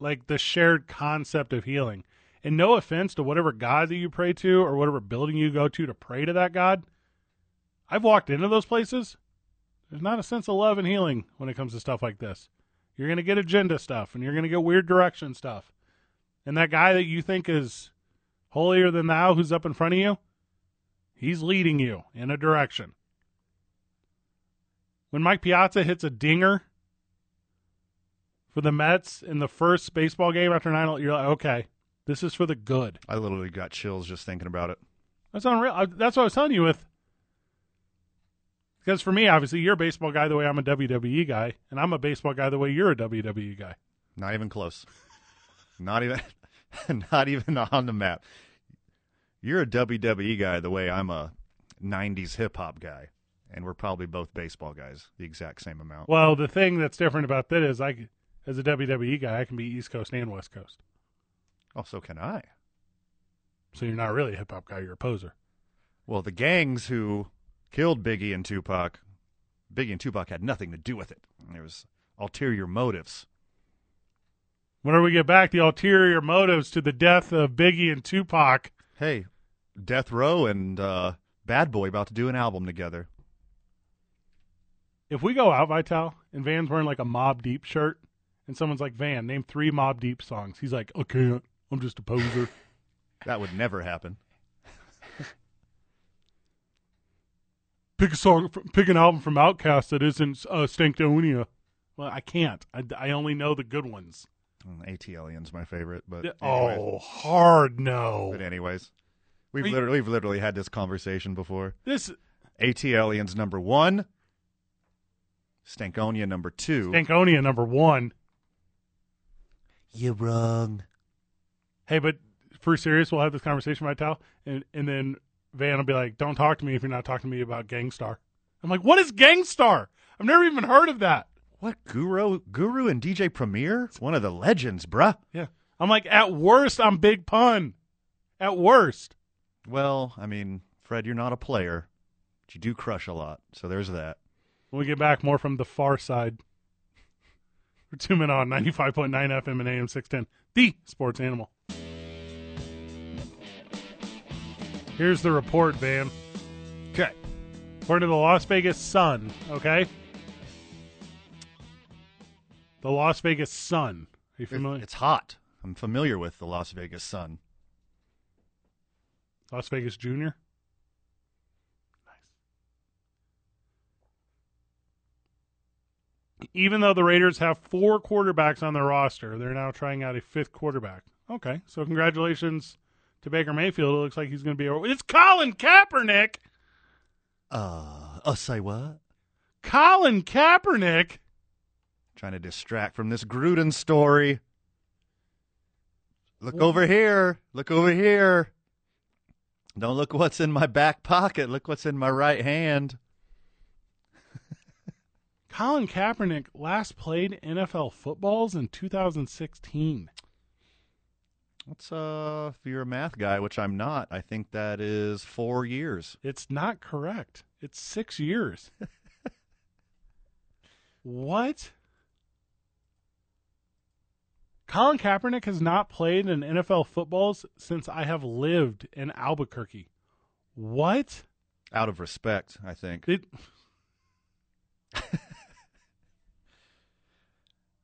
Speaker 1: like the shared concept of healing. And no offense to whatever god that you pray to or whatever building you go to to pray to that god. I've walked into those places. There's not a sense of love and healing when it comes to stuff like this. You're going to get agenda stuff and you're going to get weird direction stuff. And that guy that you think is holier than thou who's up in front of you, he's leading you in a direction. When Mike Piazza hits a dinger for the Mets in the first baseball game after 9 you're like, okay, this is for the good.
Speaker 2: I literally got chills just thinking about it.
Speaker 1: That's unreal. I, that's what I was telling you with. Because for me, obviously, you're a baseball guy the way I'm a WWE guy, and I'm a baseball guy the way you're a WWE guy.
Speaker 2: Not even close. not even not even on the map. You're a WWE guy the way I'm a 90s hip hop guy and we're probably both baseball guys the exact same amount.
Speaker 1: Well, the thing that's different about that is, I, c- as a WWE guy, I can be East Coast and West Coast.
Speaker 2: Oh, so can I.
Speaker 1: So you're not really a hip hop guy; you're a poser.
Speaker 2: Well, the gangs who killed Biggie and Tupac, Biggie and Tupac had nothing to do with it. There was ulterior motives.
Speaker 1: Whenever we get back, the ulterior motives to the death of Biggie and Tupac.
Speaker 2: Hey, Death Row and uh, Bad Boy about to do an album together.
Speaker 1: If we go out, Vital, and Van's wearing like a Mob Deep shirt, and someone's like, "Van, name three Mob Deep songs," he's like, "I can't. I'm just a poser."
Speaker 2: That would never happen.
Speaker 1: pick a song, from, pick an album from Outkast that isn't uh, Stankonia. Well, I can't. I, I only know the good ones.
Speaker 2: Mm, ATLian's my favorite, but anyways.
Speaker 1: Oh, hard
Speaker 2: But
Speaker 1: no.
Speaker 2: anyways, we've
Speaker 1: Are you-
Speaker 2: literally we've literally had this conversation before.
Speaker 1: This
Speaker 2: ATLian's number one, Stankonia number two.
Speaker 1: Stankonia number one.
Speaker 2: You're wrong.
Speaker 1: Hey, but for serious, we'll have this conversation, Vital, and and then Van will be like, "Don't talk to me if you're not talking to me about Gangstar." I'm like, "What is Gangstar? I've never even heard of that."
Speaker 2: What Guru Guru and DJ Premier? One of the legends, bruh.
Speaker 1: Yeah, I'm like, at worst, I'm Big Pun. At worst,
Speaker 2: Well, I mean, Fred, you're not a player, but you do crush a lot. So there's that.
Speaker 1: when we get back, more from the far side. We're two men on 95.9 FM and AM 610, the sports animal. Here's the report, Van.
Speaker 2: Okay.
Speaker 1: According to the Las Vegas Sun, okay? The Las Vegas Sun. Are you familiar?
Speaker 2: It's hot. I'm familiar with the Las Vegas Sun.
Speaker 1: Las Vegas Junior. Nice. Even though the Raiders have four quarterbacks on their roster, they're now trying out a fifth quarterback. Okay, so congratulations to Baker Mayfield. It looks like he's going to be. a- It's Colin Kaepernick.
Speaker 2: Uh, uh, say what?
Speaker 1: Colin Kaepernick.
Speaker 2: Trying to distract from this Gruden story. Look over here. Look over here. Don't look what's in my back pocket. Look what's in my right hand.
Speaker 1: Colin Kaepernick last played NFL footballs in 2016.
Speaker 2: That's uh, if you're a math guy, which I'm not, I think that is four years.
Speaker 1: It's not correct. It's six years. what? Colin Kaepernick has not played in NFL footballs since I have lived in Albuquerque. What?
Speaker 2: Out of respect, I think.
Speaker 1: It,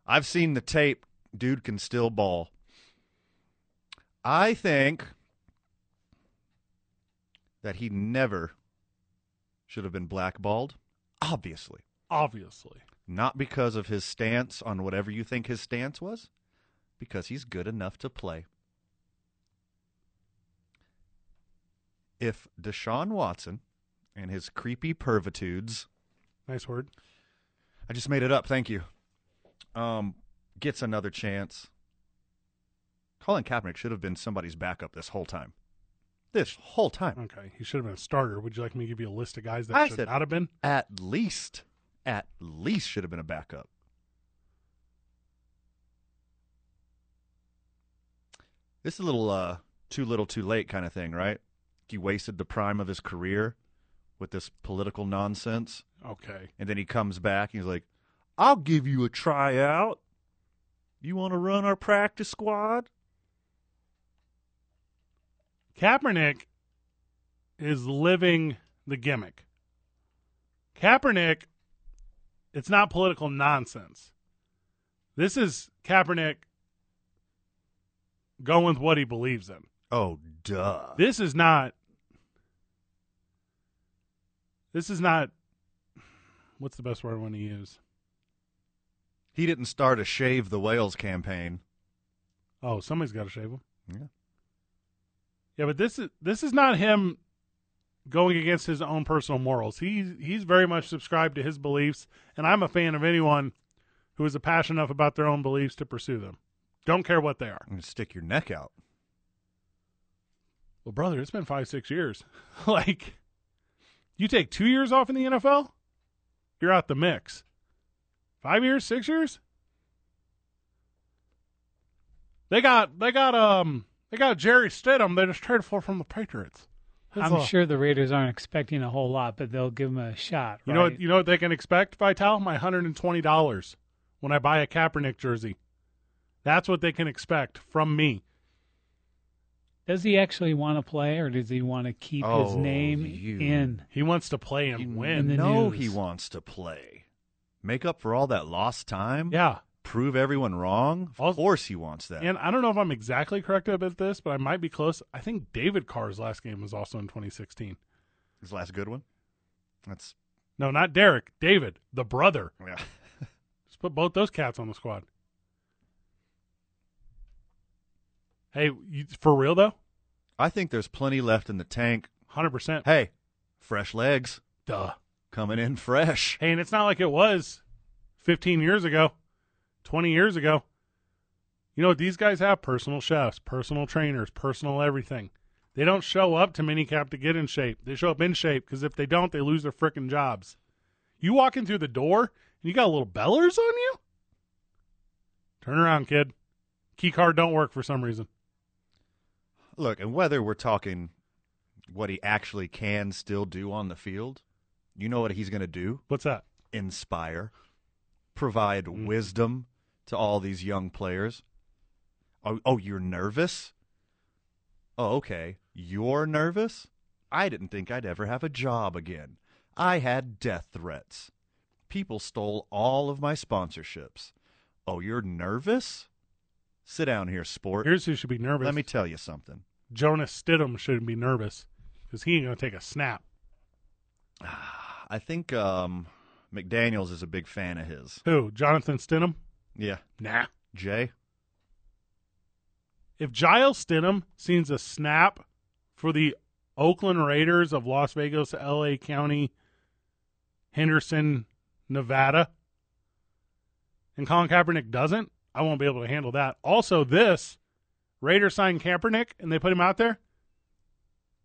Speaker 2: I've seen the tape. Dude can still ball. I think that he never should have been blackballed, obviously.
Speaker 1: obviously.
Speaker 2: Not because of his stance on whatever you think his stance was, because he's good enough to play. If Deshaun Watson and his creepy pervitudes
Speaker 1: Nice word.
Speaker 2: I just made it up. Thank you. Um, gets another chance. Colin Kaepernick should have been somebody's backup this whole time. This whole time,
Speaker 1: Okay. He should have been a starter. Would you like me to give you a list of guys that
Speaker 2: I
Speaker 1: should
Speaker 2: said-
Speaker 1: not have been?
Speaker 2: at least, at least should have been a backup. This is a little uh, too little, too late kind of thing, right? He wasted the prime of his career with this political nonsense.
Speaker 1: Okay.
Speaker 2: And then he comes back and he's like, I'll give you a tryout. You want to run our practice squad?
Speaker 1: Kaepernick is living the gimmick. Kaepernick, it's not political nonsense. This is Kaepernick going with what he believes in.
Speaker 2: Oh, duh.
Speaker 1: This is not. This is not. What's the best word I want to use?
Speaker 2: He didn't start a Shave the Whales campaign.
Speaker 1: Oh, somebody's got to shave him.
Speaker 2: Yeah.
Speaker 1: Yeah, but this is this is not him going against his own personal morals. He's he's very much subscribed to his beliefs, and I'm a fan of anyone who is passionate enough about their own beliefs to pursue them. Don't care what they are.
Speaker 2: I'm going to stick your neck out.
Speaker 1: Well, brother, it's been five six years. like, you take two years off in the NFL, you're out the mix. Five years, six years. They got they got um they got Jerry Stidham. They just traded for from the Patriots. That's
Speaker 4: I'm
Speaker 1: all.
Speaker 4: sure the Raiders aren't expecting a whole lot, but they'll give him a shot.
Speaker 1: You know
Speaker 4: right?
Speaker 1: what? You know what they can expect, Vital? My hundred and twenty dollars when I buy a Kaepernick jersey. That's what they can expect from me.
Speaker 4: Does he actually want to play, or does he want to keep his
Speaker 2: Oh,
Speaker 4: name
Speaker 2: you-
Speaker 4: in?
Speaker 1: He wants to play and win.
Speaker 4: the
Speaker 2: you know
Speaker 4: news.
Speaker 2: he wants to play. Make up for all that lost time.
Speaker 1: Yeah,
Speaker 2: Prove everyone wrong. Of
Speaker 1: Also-
Speaker 2: course he wants that.
Speaker 1: and I don't know if I'm exactly correct about this, but I might be close. I think David Carr's last game was also in 2016.
Speaker 2: His last good one? That's,
Speaker 1: No, not Derek. David, the brother.
Speaker 2: yeah.
Speaker 1: Just put both those cats on the squad. Hey, you, for real though,
Speaker 2: I think there's plenty left in the tank.
Speaker 1: hundred percent.
Speaker 2: Hey, fresh legs
Speaker 1: Duh.
Speaker 2: coming in fresh.
Speaker 1: Hey, and it's not like it was 15 years ago, 20 years ago. You know what these guys have? Personal chefs, personal trainers, personal everything. They don't show up to minicap to get in shape. They show up in shape because if they don't, they lose their frickin' jobs. You walk in through the door and you got little bellers on you? Turn around, kid. Key card don't work for some reason.
Speaker 2: Look, and whether we're talking what he actually can still do on the field, you know what he's going to do?
Speaker 1: What's that?
Speaker 2: Inspire, provide
Speaker 1: Mm.
Speaker 2: wisdom to all these young players. Oh, oh, you're nervous? Oh, okay. You're nervous? I didn't think I'd ever have a job again. I had death threats. People stole all of my sponsorships. Oh, you're nervous? Sit down here, sport.
Speaker 1: Here's who should be nervous.
Speaker 2: Let me tell you something.
Speaker 1: Jonas Stidham shouldn't be nervous because he ain't going to take a snap.
Speaker 2: I think um, McDaniels is a big fan of his.
Speaker 1: Who? Jonathan Stidham?
Speaker 2: Yeah.
Speaker 1: Nah.
Speaker 2: Jay?
Speaker 1: If Giles Stidham sees a snap for the Oakland Raiders of Las Vegas, LA County, Henderson, Nevada, and Colin Kaepernick doesn't, I won't be able to handle that. Also, this Raiders signed Kaepernick and they put him out there.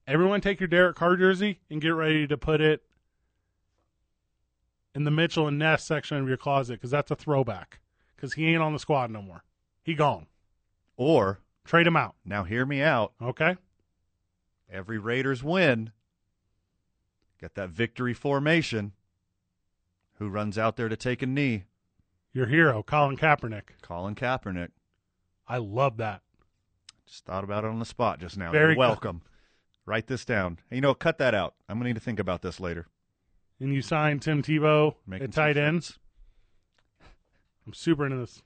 Speaker 1: Everyone take your Derek Carr jersey and get ready to put it in the Mitchell and Ness section of your closet because that's a throwback. Because he ain't on the squad no more. He gone.
Speaker 2: Or,
Speaker 1: Trade him out.
Speaker 2: now hear me out,
Speaker 1: Okay.
Speaker 2: every Raiders win, get that victory formation. Who runs out there to take a knee?
Speaker 1: Your hero, Colin Kaepernick.
Speaker 2: Colin Kaepernick.
Speaker 1: I love that.
Speaker 2: Just thought about it on the spot just now.
Speaker 1: Very
Speaker 2: You're
Speaker 1: good.
Speaker 2: welcome. Write this down. Hey, You know, cut that out. I'm going to need to think about this later.
Speaker 1: And you signed Tim Tebow
Speaker 2: Making
Speaker 1: at tight
Speaker 2: some
Speaker 1: end.
Speaker 2: shirts.
Speaker 1: I'm super into this.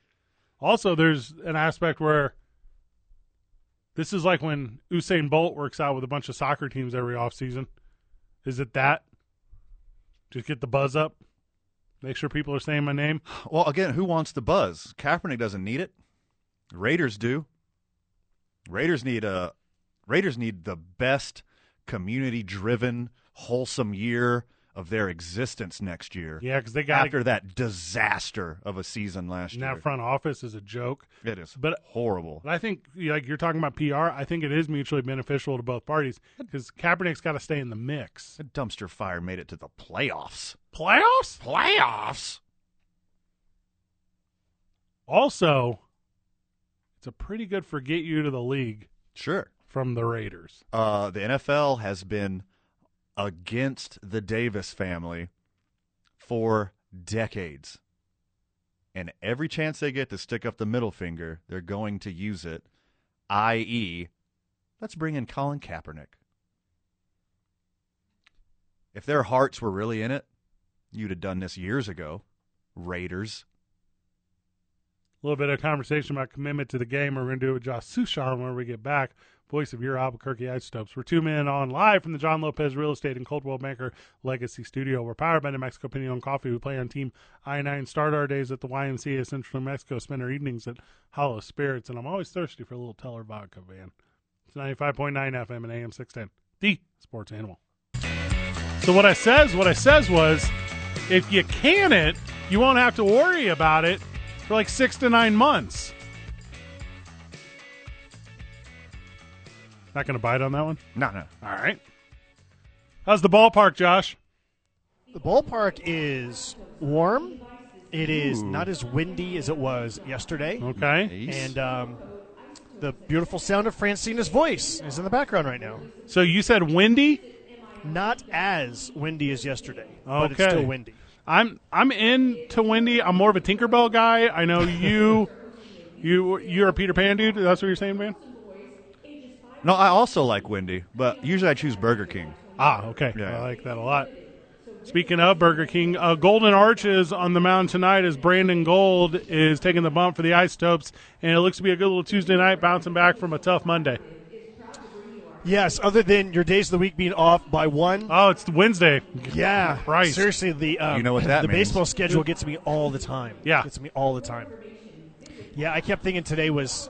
Speaker 1: Also, there's an aspect where this is like when Usain Bolt works out with a bunch of soccer teams every offseason. Is it that? Just get the buzz up. Make sure people are saying my name.
Speaker 2: Well, again, who wants the buzz? Kaepernick doesn't need it. Raiders do. Raiders need a Raiders need the best community-driven, wholesome year of their existence next year.
Speaker 1: Yeah, because they got
Speaker 2: after that disaster of a season last
Speaker 1: in
Speaker 2: year,
Speaker 1: that front office is a joke.
Speaker 2: it is
Speaker 1: but-
Speaker 2: horrible.
Speaker 1: But I think you know, like you're talking about PR. I think it is mutually beneficial to both parties because Kaepernick's got to stay in the mix.
Speaker 2: A dumpster fire made it to the playoffs.
Speaker 1: Playoffs.
Speaker 2: Playoffs.
Speaker 1: Also, it's a pretty good forget you to the league
Speaker 2: Sure.
Speaker 1: from the Raiders.
Speaker 2: uh, the NFL has been against the Davis family for decades. And every chance they get to stick up the middle finger, they're going to use it, i.e., let's bring in Colin Kaepernick. If their hearts were really in it, you'd have done this years ago. Raiders.
Speaker 1: A little bit of conversation about commitment to the game. We're going to do it with Josh Sushan when we get back. Voice of your Albuquerque Ice Stopes. We're two men on live from the John Lopez Real Estate and Coldwell Banker Legacy Studio. We're powered by New Mexico Pinion Coffee. We play on Team I-9. Start our days at the YMCA Central New Mexico. Spend our evenings at Hollow Spirits. And I'm always thirsty for a little Teller vodka, man. It's 95.9 FM and AM 610. The Sports Animal. So what I says, what I says was, if you can it, you won't have to worry about it for like six to nine months. Not gonna bite on that one.
Speaker 2: No, no.
Speaker 1: All right. How's the ballpark, Josh?
Speaker 5: The ballpark is warm. It is not as windy as it was yesterday.
Speaker 1: Oh, Okay.
Speaker 5: And um, the beautiful sound of Francina's voice is in the background right now.
Speaker 1: So you said windy.
Speaker 5: Not as windy as yesterday, but it's
Speaker 1: Okay.
Speaker 5: still windy.
Speaker 1: I'm I'm into windy. I'm more of a Tinkerbell guy. I know you. You you're a Peter Pan dude. That's what you're saying, man.
Speaker 2: No, I also like Wendy, but usually I choose Burger King.
Speaker 1: Ah, okay.
Speaker 2: Yeah.
Speaker 1: I like that a lot. Speaking of Burger King, uh, Golden Arches on the mound tonight as Brandon Gold is taking the bump for the Ice Topes, and it looks to be a good little Tuesday night, bouncing back from a tough Monday.
Speaker 5: Yes, other than your days of the week being off by one.
Speaker 1: Oh, it's Wednesday.
Speaker 5: yeah,
Speaker 1: Christ.
Speaker 5: seriously, the um,
Speaker 2: oh, You know what that
Speaker 5: the
Speaker 2: means.
Speaker 5: baseball schedule gets me all the time.
Speaker 1: Yeah.
Speaker 5: gets me all the time. Yeah, I kept thinking today was,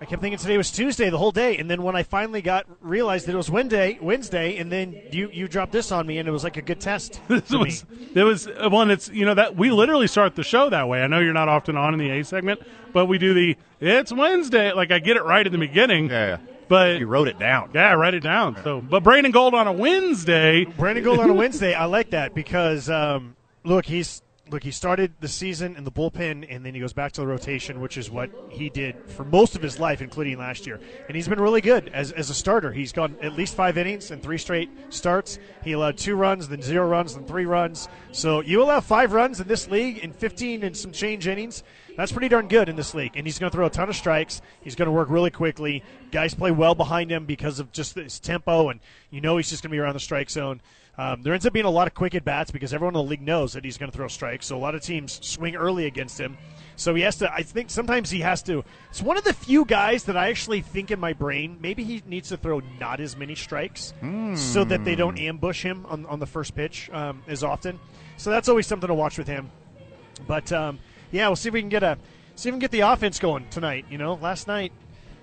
Speaker 5: I kept thinking today was Tuesday the whole day, and then when I finally got realized that it was Wednesday, Wednesday, and then you you dropped this on me, and it was like a good test
Speaker 1: This
Speaker 5: for me.
Speaker 1: was there was uh, one that's you know that we literally start the show that way. I know you're not often on in the A segment, but we do the it's Wednesday. Like I get it right at the beginning.
Speaker 2: Yeah.
Speaker 1: But
Speaker 2: You wrote it down.
Speaker 1: yeah, write it down. So, but Brandon Gold on a Wednesday.
Speaker 5: Brandon Gold on a Wednesday. I like that because um, look, he's look he started the season in the bullpen and then he goes back to the rotation, which is what he did for most of his life, including last year. And he's been really good as, as a starter. He's gone at least five innings and three straight starts. He allowed two runs, then zero runs, then three runs. So you allow five runs in this league in 15 and some change innings. That's pretty darn good in this league. And he's going to throw a ton of strikes. He's going to work really quickly. Guys play well behind him because of just his tempo, and you know he's just going to be around the strike zone. Um, there ends up being a lot of quick at bats because everyone in the league knows that he's going to throw strikes. So a lot of teams swing early against him. So he has to. I think sometimes he has to. It's one of the few guys that I actually think in my brain maybe he needs to throw not as many strikes so that they don't ambush him on, on the first pitch um, as often. So that's always something to watch with him. But um, yeah, we'll see if we can get a see if we can get the offense going tonight. You know, last night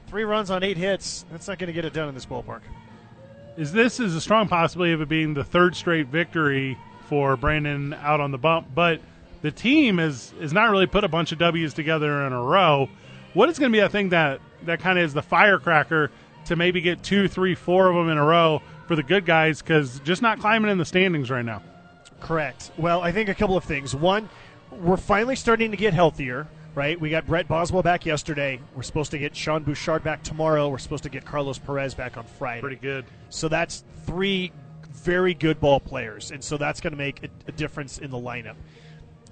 Speaker 5: three runs on eight hits. That's not going to get it done in this ballpark.
Speaker 1: is this is a strong possibility of it being the third straight victory for Brandon out on the bump, but the team is is not really put a bunch of W's together in a row. What is going to be that thing that that kind of is the firecracker to maybe get two, three, four of them in a row for the good guys because just not climbing in the standings right now.
Speaker 5: Correct. Well, I think a couple of things. One, we're finally starting to get healthier, right? We got Brett Boswell back yesterday. We're supposed to get Sean Bouchard back tomorrow. We're supposed to get Carlos Perez back on Friday.
Speaker 1: Pretty good.
Speaker 5: So that's three very good ball players, and so that's going to make a, a difference in the lineup.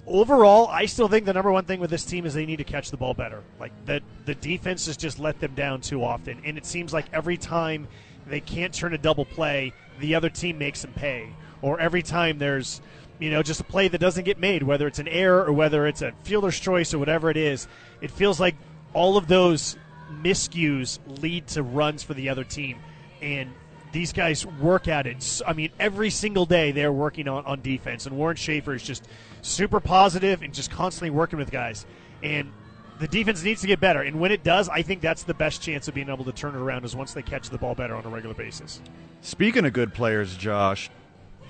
Speaker 5: Overall, I still think the number one thing with this team is they need to catch the ball better. Like that, the defense has just let them down too often, and it seems like every time they can't turn a double play, the other team makes them pay. Or every time there's, you know, just a play that doesn't get made, whether it's an error or whether it's a fielder's choice or whatever it is, it feels like all of those miscues lead to runs for the other team. And these guys work at it. S- I mean, every single day they're working on, on defense. And Warren Schaefer is just super positive and just constantly working with guys. And the defense needs to get better. And when it does, I think that's the best chance of being able to turn it around is once they catch the ball better on a regular basis.
Speaker 2: Speaking of good players, Josh,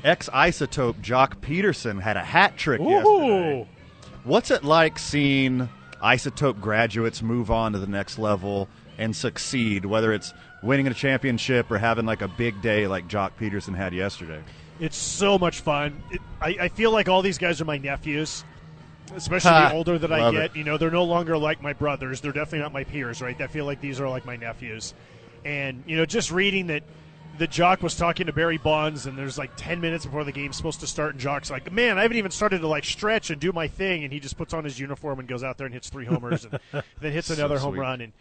Speaker 2: ex isotope Jock Peterson had a hat trick yesterday.
Speaker 1: Ooh.
Speaker 2: What's it like seeing isotope graduates move on to the next level and succeed, whether it's winning a championship or having like a big day like Jock Peterson had yesterday?
Speaker 5: It's so much fun. It, I, I feel like all these guys are my nephews, especially
Speaker 2: Ha,
Speaker 5: the older that I
Speaker 2: love
Speaker 5: get.
Speaker 2: it.
Speaker 5: You know, they're no longer like my brothers. They're definitely not my peers, right? I feel like these are like my nephews. And, you know, just reading that the jock was talking to Barry Bonds and there's like 10 minutes before the game's supposed to start and jock's like, "Man, I haven't even started to like stretch and do my thing." And he just puts on his uniform and goes out there and hits three homers and then hits another home
Speaker 2: sweet.
Speaker 5: run and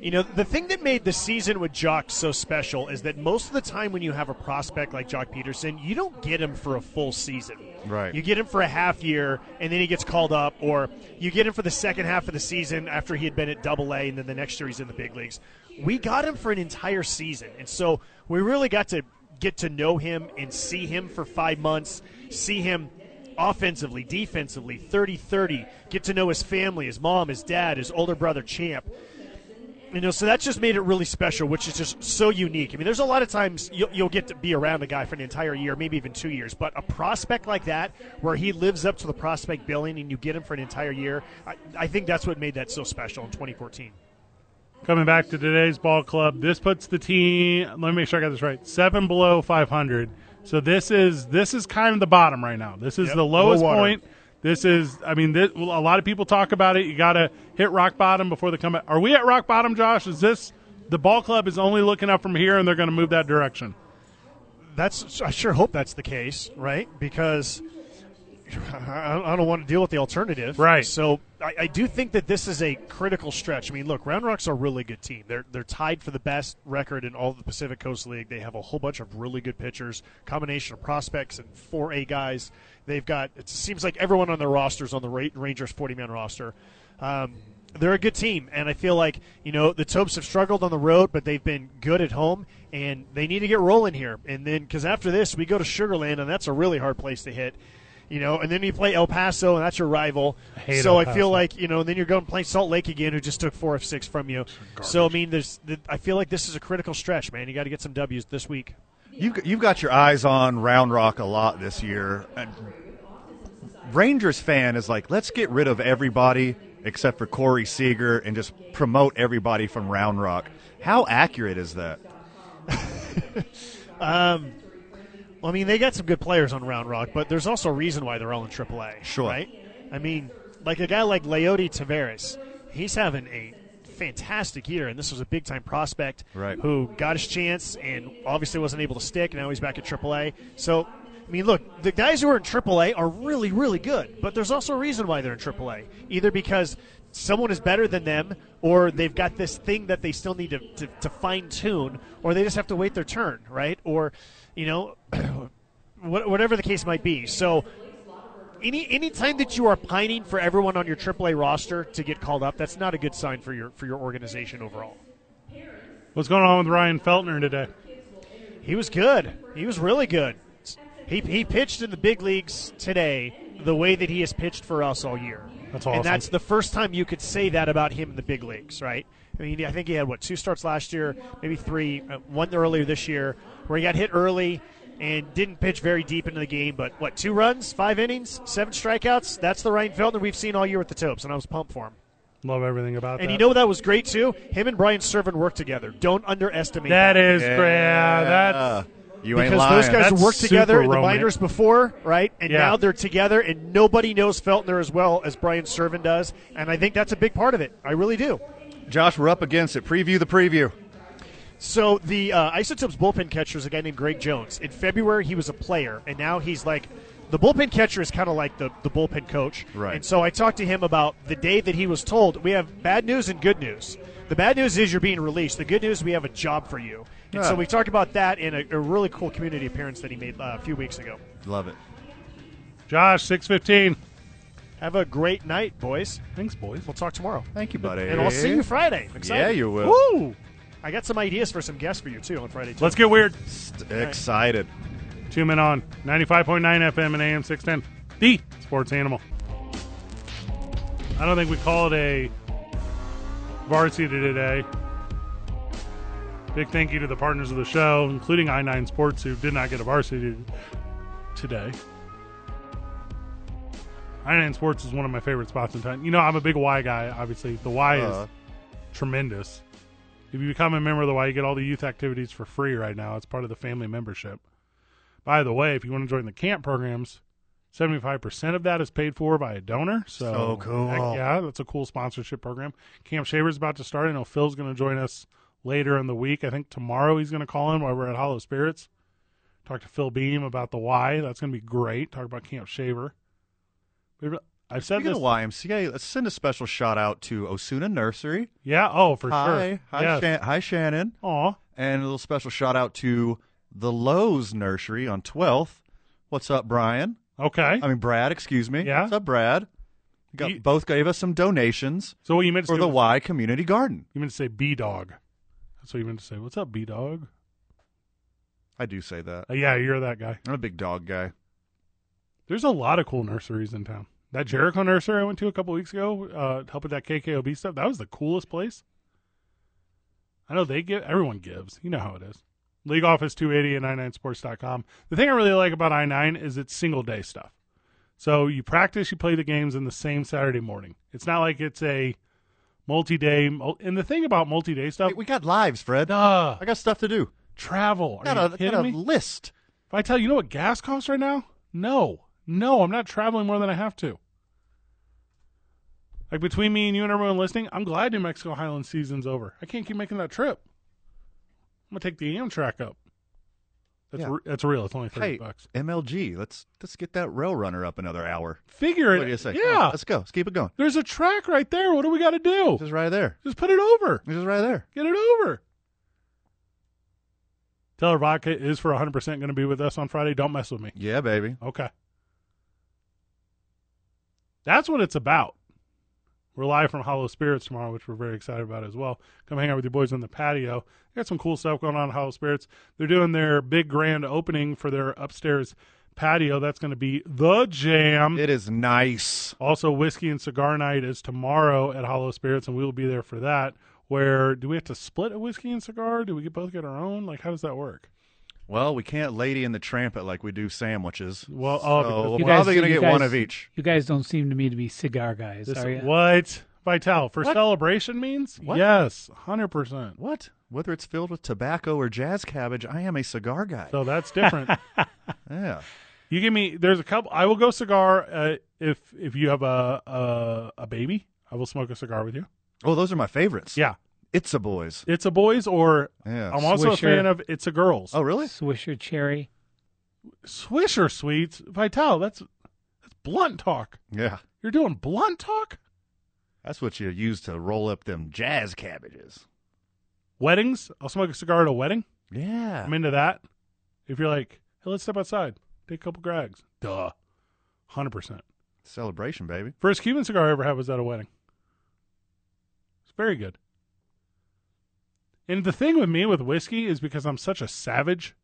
Speaker 5: you know, the thing that made the season with Jock so special is that most of the time when you have a prospect like Jock Peterson, you don't get him for a full season.
Speaker 2: Right.
Speaker 5: You get him for a half year, and then he gets called up, or you get him for the second half of the season after he had been at Double A, and then the next year he's in the big leagues. We got him for an entire season, and so we really got to get to know him and see him for five months, see him offensively, defensively, 30 30, get to know his family, his mom, his dad, his older brother, Champ you know, so that's just made it really special, which is just so unique. I mean, there's a lot of times you'll, you'll get to be around a guy for an entire year, maybe even two years, but a prospect like that, where he lives up to the prospect billing and you get him for an entire year, I, I think that's what made that so special in 2014.
Speaker 1: Coming back to today's ball club, this puts the team. Let me make sure I got this right. Seven below 500. So this is this is kind of the bottom right now. This is
Speaker 5: Yep,
Speaker 1: the lowest
Speaker 5: low water.
Speaker 1: point. This is. I mean, this, well, a lot of people talk about it. You got to hit rock bottom before they come. Back. Are we at rock bottom, Josh? Is this the ball club is only looking up from here, and they're going to move that direction?
Speaker 5: That's I sure hope that's the case, right? Because I I don't want to deal with the alternative,
Speaker 1: Right.
Speaker 5: So I, I do think that this is a critical stretch. I mean, look, Round Rock's a really good team. They're they're tied for the best record in all of the Pacific Coast League. They have a whole bunch of really good pitchers, combination of prospects and four A guys. They've got it seems like everyone on their rosters on the Ra- Rangers forty man roster. Um, they're a good team, and I feel like you know the Topes have struggled on the road, but they've been good at home, and they need to get rolling here. And then because after this, we go to Sugar Land, and that's a really hard place to hit you know, and then you play El Paso, and that's your rival.
Speaker 1: hate El
Speaker 5: so I feel
Speaker 1: Paso.
Speaker 5: like you know, and then you're going to play Salt Lake again, who just took four of six from you. So I mean, there's, th- I feel like this is a critical stretch, man. You got to get some Ws this week.
Speaker 2: You've, you've got your eyes on Round Rock a lot this year. And Rangers fan is like, let's get rid of everybody except for Corey Seager and just promote everybody from Round Rock. How accurate is that?
Speaker 5: Well, I mean, they got some good players on Round Rock, but there's also a reason why they're all in AAA.
Speaker 2: Sure.
Speaker 5: Right? I mean, like a guy like Leody Tavares, he's having a fantastic year, and this was a big time prospect
Speaker 2: Right.
Speaker 5: who got his chance and obviously wasn't able to stick, and now he's back at AAA. So, I mean, look, the guys who are in AAA are really, really good, but there's also a reason why they're in AAA. Either because someone is better than them, or they've got this thing that they still need to, to, to fine tune, or they just have to wait their turn, right? Or, you know, what- whatever the case might be. So, any any time that you are pining for everyone on your AAA roster to get called up, that's not a good sign for your for your organization overall.
Speaker 1: What's going on with Ryan Feltner today?
Speaker 5: He was good. He was really good. He he pitched in the big leagues today the way that he has pitched for us all year.
Speaker 1: That's awesome.
Speaker 5: And that's the first time you could say that about him in the big leagues, right? I mean, I think he had what two starts last year, maybe three, uh, one earlier this year, where he got hit early and didn't pitch very deep into the game. But what two runs, five innings, seven strikeouts? That's the Ryan Feltner we've seen all year with the Topes, and I was pumped for him.
Speaker 1: Love everything about
Speaker 5: And
Speaker 1: that.
Speaker 5: you know what that was great too. Him and Brian Servant worked together. Don't underestimate
Speaker 1: that
Speaker 5: that
Speaker 1: is great. Yeah, that's
Speaker 2: You ain't
Speaker 5: because those
Speaker 2: lying.
Speaker 5: guys
Speaker 1: That's
Speaker 5: worked together
Speaker 1: super
Speaker 5: in the
Speaker 1: Roman.
Speaker 5: minors before, right? And
Speaker 1: Yeah.
Speaker 5: now they're together, and nobody knows Feltner as well as Brian Servin does. And I think that's a big part of it. I really do.
Speaker 2: Josh, we're up against it. Preview the preview.
Speaker 5: So the uh, Isotopes bullpen catcher is a guy named Greg Jones. In February, he was a player, and now he's like the bullpen catcher is kind of like the, the bullpen coach.
Speaker 2: Right.
Speaker 5: And so I talked to him about the day that he was told we have bad news and good news. The bad news is you're being released. The good news we have a job for you. And so
Speaker 2: Ah.
Speaker 5: we talked about that in a, a really cool community appearance that he made uh, a few weeks ago.
Speaker 2: Love it.
Speaker 1: Josh, six fifteen.
Speaker 5: Have a great night, boys.
Speaker 1: Thanks, boys.
Speaker 5: We'll talk tomorrow,
Speaker 2: Thank you, buddy.
Speaker 5: and I'll see you Friday. I'm excited.
Speaker 2: Yeah, you will.
Speaker 5: Woo! I got some ideas for some guests for you too on Friday. Too.
Speaker 1: Let's get weird.
Speaker 2: Excited.
Speaker 1: Two men on ninety five point nine FM and AM six ten. The sports animal. I don't think we call it a varsity today. Big thank you to the partners of the show, including I nine Sports, who did not get a varsity today. I nine Sports is one of my favorite spots in town. You know, I'm a big Y guy. Obviously, the Y
Speaker 2: Uh,
Speaker 1: is tremendous. If you become a member of the Y, you get all the youth activities for free right now. It's part of the family membership. By the way, if you want to join the camp programs, 75% of that is paid for by a donor. So,
Speaker 2: So cool.
Speaker 1: heck yeah, that's a cool sponsorship program. Camp Shaver's about to start. I know Phil's going to join us later in the week. I think tomorrow he's going to call in while we're at Hollow Spirits. Talk to Phil Beam about the Y. That's going to be great. Talk about Camp Shaver. We've- I've said
Speaker 2: Speaking
Speaker 1: this.
Speaker 2: of YMCA, let's send a special shout out to Osuna Nursery.
Speaker 1: Yeah. Oh, for
Speaker 2: hi,
Speaker 1: sure.
Speaker 2: hi,
Speaker 1: yes.
Speaker 2: Shan- hi, Shannon,
Speaker 1: Aw.
Speaker 2: and a little special shout out to the Lowe's Nursery on 12th. What's up, Brian?
Speaker 1: Okay.
Speaker 2: I mean, Brad. Excuse me.
Speaker 1: Yeah?
Speaker 2: What's up, Brad? Got,
Speaker 1: You-
Speaker 2: both gave us some donations
Speaker 1: So what you meant to
Speaker 2: for
Speaker 1: say
Speaker 2: the
Speaker 1: was-
Speaker 2: Y Community Garden.
Speaker 1: You meant to say B dog. That's what you meant to say. What's up, B dog?
Speaker 2: I do say that.
Speaker 1: Uh, yeah, you're that guy.
Speaker 2: I'm a big dog guy.
Speaker 1: There's a lot of cool nurseries in town. That Jericho nursery I went to a couple weeks ago, uh, helping that KKOB stuff. That was the coolest place. I know they give everyone gives. You know how it is. League office 280 at 99sports.com. The thing I really like about I9 is it's single day stuff. So you practice, you play the games in the same Saturday morning. It's not like it's a multi day. And the thing about multi day stuff,
Speaker 2: Hey, we got lives, Fred.
Speaker 1: uh,
Speaker 2: I got stuff to do.
Speaker 1: travel. Are
Speaker 2: Got
Speaker 1: you
Speaker 2: a,
Speaker 1: kidding
Speaker 2: got a
Speaker 1: me?
Speaker 2: list.
Speaker 1: If I tell you, you know what gas costs right now? No, no, I'm not traveling more than I have to. Like between me and you and everyone listening, I'm glad New Mexico Highlands season's over. I can't keep making that trip. I'm gonna take the Amtrak up. That's
Speaker 2: Yeah.
Speaker 1: re- that's real. It's only thirty
Speaker 2: Hey,
Speaker 1: bucks.
Speaker 2: MLG. Let's let's get that rail runner up another hour.
Speaker 1: Figure it.
Speaker 2: What do you say? Come on,
Speaker 1: Yeah,
Speaker 2: let's go. Let's keep it going.
Speaker 1: there's a track right there. What do we got to do?
Speaker 2: Just right there.
Speaker 1: Just put it over.
Speaker 2: Just right there.
Speaker 1: Get it over. Taylor Vodka is for 100% going to be with us on Friday. Don't mess with me.
Speaker 2: Yeah, baby.
Speaker 1: Okay. That's what it's about. We're live from Hollow Spirits tomorrow, which we're very excited about as well. Come hang out with your boys on the patio. They got some cool stuff going on at Hollow Spirits. They're doing their big grand opening for their upstairs patio. That's going to be the jam.
Speaker 2: It is nice.
Speaker 1: Also, whiskey and cigar night is tomorrow at Hollow Spirits, and we will be there for that. Where do we have to split a whiskey and cigar? Do we both get our own? Like, how does that work?
Speaker 2: Well, we can't lady in the trampet like we do sandwiches.
Speaker 1: Well, oh, because
Speaker 2: so
Speaker 1: you
Speaker 2: we're
Speaker 4: guys-
Speaker 2: probably gonna
Speaker 4: you
Speaker 2: get one
Speaker 4: guys-
Speaker 2: of each.
Speaker 4: You guys don't seem to me to be cigar guys,
Speaker 1: This-
Speaker 4: are you?
Speaker 1: What? Vital for
Speaker 2: What?
Speaker 1: celebration means?
Speaker 2: What?
Speaker 1: Yes, hundred percent.
Speaker 2: What? Whether it's filled with tobacco or jazz cabbage, I am a cigar guy.
Speaker 1: So that's different.
Speaker 2: yeah.
Speaker 1: you give me. There's a couple. I will go cigar uh, if if you have a, a a baby. I will smoke a cigar with you.
Speaker 2: Oh, those are my favorites.
Speaker 1: Yeah,
Speaker 2: It's a boys.
Speaker 1: it's a boys or
Speaker 2: Yeah.
Speaker 1: I'm also a
Speaker 4: Swisher.
Speaker 1: fan of it's a girls.
Speaker 2: oh, really?
Speaker 4: Swisher Cherry.
Speaker 1: Swisher sweets, Vital. That's that's blunt talk.
Speaker 2: Yeah.
Speaker 1: You're doing blunt talk.
Speaker 2: That's what you use to roll up them jazz cabbages.
Speaker 1: Weddings. I'll smoke a cigar at a wedding.
Speaker 2: Yeah.
Speaker 1: I'm into that. If you're like, hey, let's step outside, take a couple grags. Duh, hundred percent.
Speaker 2: Celebration, baby.
Speaker 1: First Cuban cigar I ever had was at a wedding. It's very good. And the thing with me with whiskey is because I'm such a savage,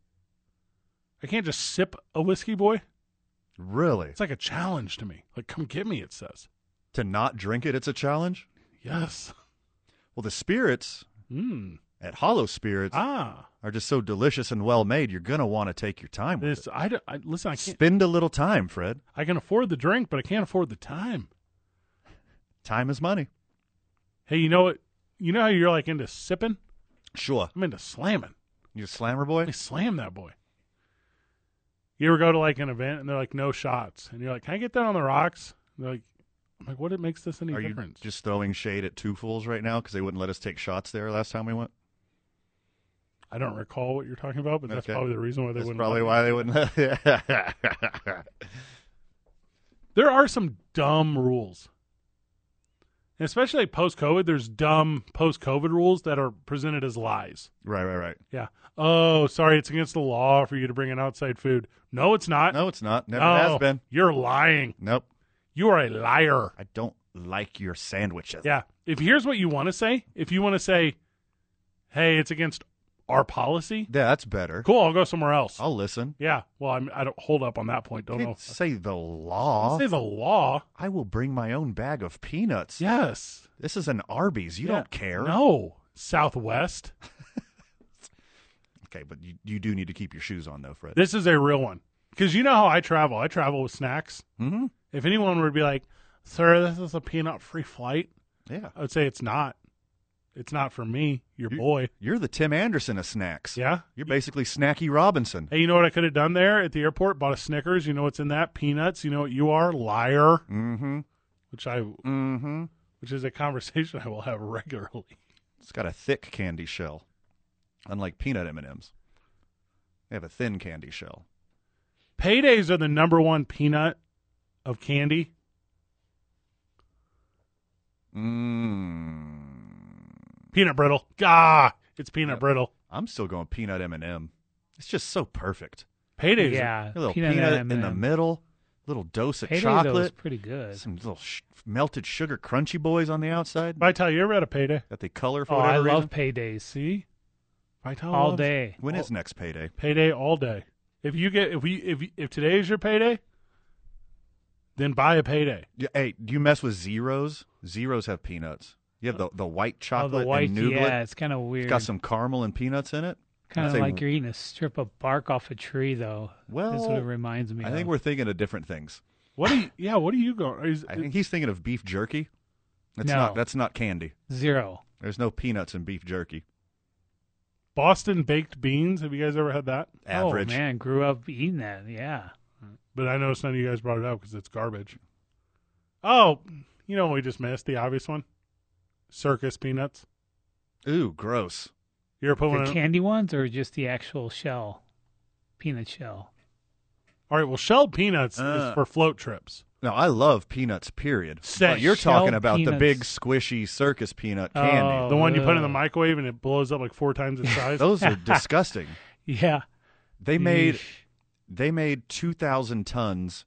Speaker 1: I can't just sip a whiskey boy.
Speaker 2: Really?
Speaker 1: It's like a challenge to me. Like, come get me, it says.
Speaker 2: To not drink it, it's a challenge?
Speaker 1: Yes.
Speaker 2: Well, the spirits
Speaker 1: Mm.
Speaker 2: at Hollow Spirits
Speaker 1: Ah.
Speaker 2: are just so delicious and well made, you're going to want to take your time with
Speaker 1: This, I, don't- I, listen, I
Speaker 2: it.
Speaker 1: can't,
Speaker 2: Spend a little time, Fred.
Speaker 1: I can afford the drink, but I can't afford the time.
Speaker 2: Time is money.
Speaker 1: Hey, you know what? You know how you're like into sipping?
Speaker 2: Sure.
Speaker 1: I'm into slamming.
Speaker 2: You a slammer
Speaker 1: I
Speaker 2: boy?
Speaker 1: slam that boy. You ever go to like an event and they're like no shots, and you're like, "Can I get that on the rocks?" And they're like, "I'm like, what? It makes this any
Speaker 2: Are you
Speaker 1: difference?"
Speaker 2: just throwing shade at Two Fools right now because they wouldn't let us take shots there last time we went?
Speaker 1: I don't recall what you're talking about, but that's
Speaker 2: Okay.
Speaker 1: probably the reason why they
Speaker 2: That's
Speaker 1: wouldn't.
Speaker 2: probably
Speaker 1: let me.
Speaker 2: why they wouldn't. let-
Speaker 1: there are some dumb rules. And especially post COVID, there's dumb post COVID rules that are presented as lies.
Speaker 2: right, right, right.
Speaker 1: Yeah. Oh, sorry, it's against the law for you to bring in outside food. No, it's not.
Speaker 2: No, it's not. Never
Speaker 1: No,
Speaker 2: has been.
Speaker 1: You're lying.
Speaker 2: Nope.
Speaker 1: You are a liar.
Speaker 2: I don't like your sandwiches.
Speaker 1: Yeah. If here's what you want to say, if you want to say, "Hey, it's against our policy,"
Speaker 2: Yeah, that's better.
Speaker 1: cool. I'll go somewhere else.
Speaker 2: I'll listen.
Speaker 1: yeah. Well, I'm, I don't hold up on that point. Don't
Speaker 2: Can't
Speaker 1: know.
Speaker 2: say the law.
Speaker 1: Say the law.
Speaker 2: I will bring my own bag of peanuts.
Speaker 1: Yes.
Speaker 2: This is an Arby's. You
Speaker 1: Yeah.
Speaker 2: don't care.
Speaker 1: No. Southwest.
Speaker 2: Okay, but you, you do need to keep your shoes on though, Fred.
Speaker 1: This is a real one because you know how I travel. I travel with snacks.
Speaker 2: mm-hmm.
Speaker 1: If anyone were to be like, "Sir, this is a peanut-free flight,"
Speaker 2: Yeah.
Speaker 1: I would say it's not. It's not for me, your
Speaker 2: You-
Speaker 1: boy.
Speaker 2: You're the Tim Anderson of snacks.
Speaker 1: Yeah.
Speaker 2: You're basically Snacky Robinson.
Speaker 1: Hey, you know what I could have done there at the airport? Bought a Snickers. You know what's in that? Peanuts. You know what you are? Liar.
Speaker 2: Mm-hmm.
Speaker 1: Which I,
Speaker 2: Mm-hmm.
Speaker 1: which is a conversation I will have regularly.
Speaker 2: It's got a thick candy shell, unlike peanut M&Ms. They have a thin candy shell.
Speaker 1: Paydays are the number one peanut of candy.
Speaker 2: Mm.
Speaker 1: Peanut brittle. Gah! It's peanut
Speaker 2: Yeah.
Speaker 1: brittle.
Speaker 2: I'm still going peanut M&M. It's just so perfect.
Speaker 1: Paydays. are-
Speaker 4: Yeah,
Speaker 2: A little
Speaker 4: peanut,
Speaker 2: peanut,
Speaker 4: M&M.
Speaker 2: in the middle, little dose of
Speaker 4: Payday though, is
Speaker 2: chocolate,
Speaker 4: pretty good.
Speaker 2: some little sh- melted sugar crunchy boys on the outside.
Speaker 1: Vital, you ever had a payday?
Speaker 2: That they color for
Speaker 4: Oh, I
Speaker 2: whatever reason.
Speaker 4: love paydays. See,
Speaker 1: Vital
Speaker 4: all
Speaker 1: loves-
Speaker 4: day.
Speaker 2: When
Speaker 1: Oh.
Speaker 2: is next payday?
Speaker 1: payday all day. If you get if we if if today is your payday, then buy a payday.
Speaker 2: Yeah, Hey, do you mess with zeros? Zeros have peanuts. You have the, the white
Speaker 4: Oh,
Speaker 2: chocolate
Speaker 4: the white,
Speaker 2: and noodle.
Speaker 4: yeah,
Speaker 2: it.
Speaker 4: it's kind of
Speaker 2: It's
Speaker 4: weird.
Speaker 2: got some caramel and peanuts in it.
Speaker 4: kind
Speaker 2: I
Speaker 4: of
Speaker 2: think-
Speaker 4: like you're eating a strip of bark off a tree, though. that's
Speaker 2: Well,
Speaker 4: what it reminds me.
Speaker 2: I think
Speaker 4: of.
Speaker 2: we're thinking of different things.
Speaker 1: What do you? Yeah, what are you going? Is,
Speaker 2: I think he's thinking of beef jerky. That's
Speaker 4: No.
Speaker 2: not that's not candy.
Speaker 4: zero.
Speaker 2: There's no peanuts in beef jerky.
Speaker 1: Boston baked beans. Have you guys ever had that?
Speaker 2: Average.
Speaker 4: Oh man, grew up eating that. Yeah,
Speaker 1: But I noticed none of you guys brought it up because it's garbage. Oh, you know what we just missed the obvious one: circus peanuts.
Speaker 2: Ooh, gross.
Speaker 1: You ever put one?
Speaker 4: the
Speaker 1: in-
Speaker 4: candy ones or just the actual shell, peanut shell.
Speaker 1: All right, well, shelled peanuts
Speaker 2: Uh.
Speaker 1: is for float trips.
Speaker 2: No, I love peanuts. Period.
Speaker 1: Say,
Speaker 2: But you're
Speaker 4: shelled
Speaker 2: talking about the big
Speaker 4: peanuts.
Speaker 2: squishy circus peanut candy.
Speaker 4: Oh,
Speaker 1: the one you put in the
Speaker 4: ugh.
Speaker 1: microwave and it blows up like four times its size.
Speaker 2: Those are disgusting.
Speaker 4: Yeah,
Speaker 2: They made
Speaker 4: Yeesh.
Speaker 2: they made two thousand tons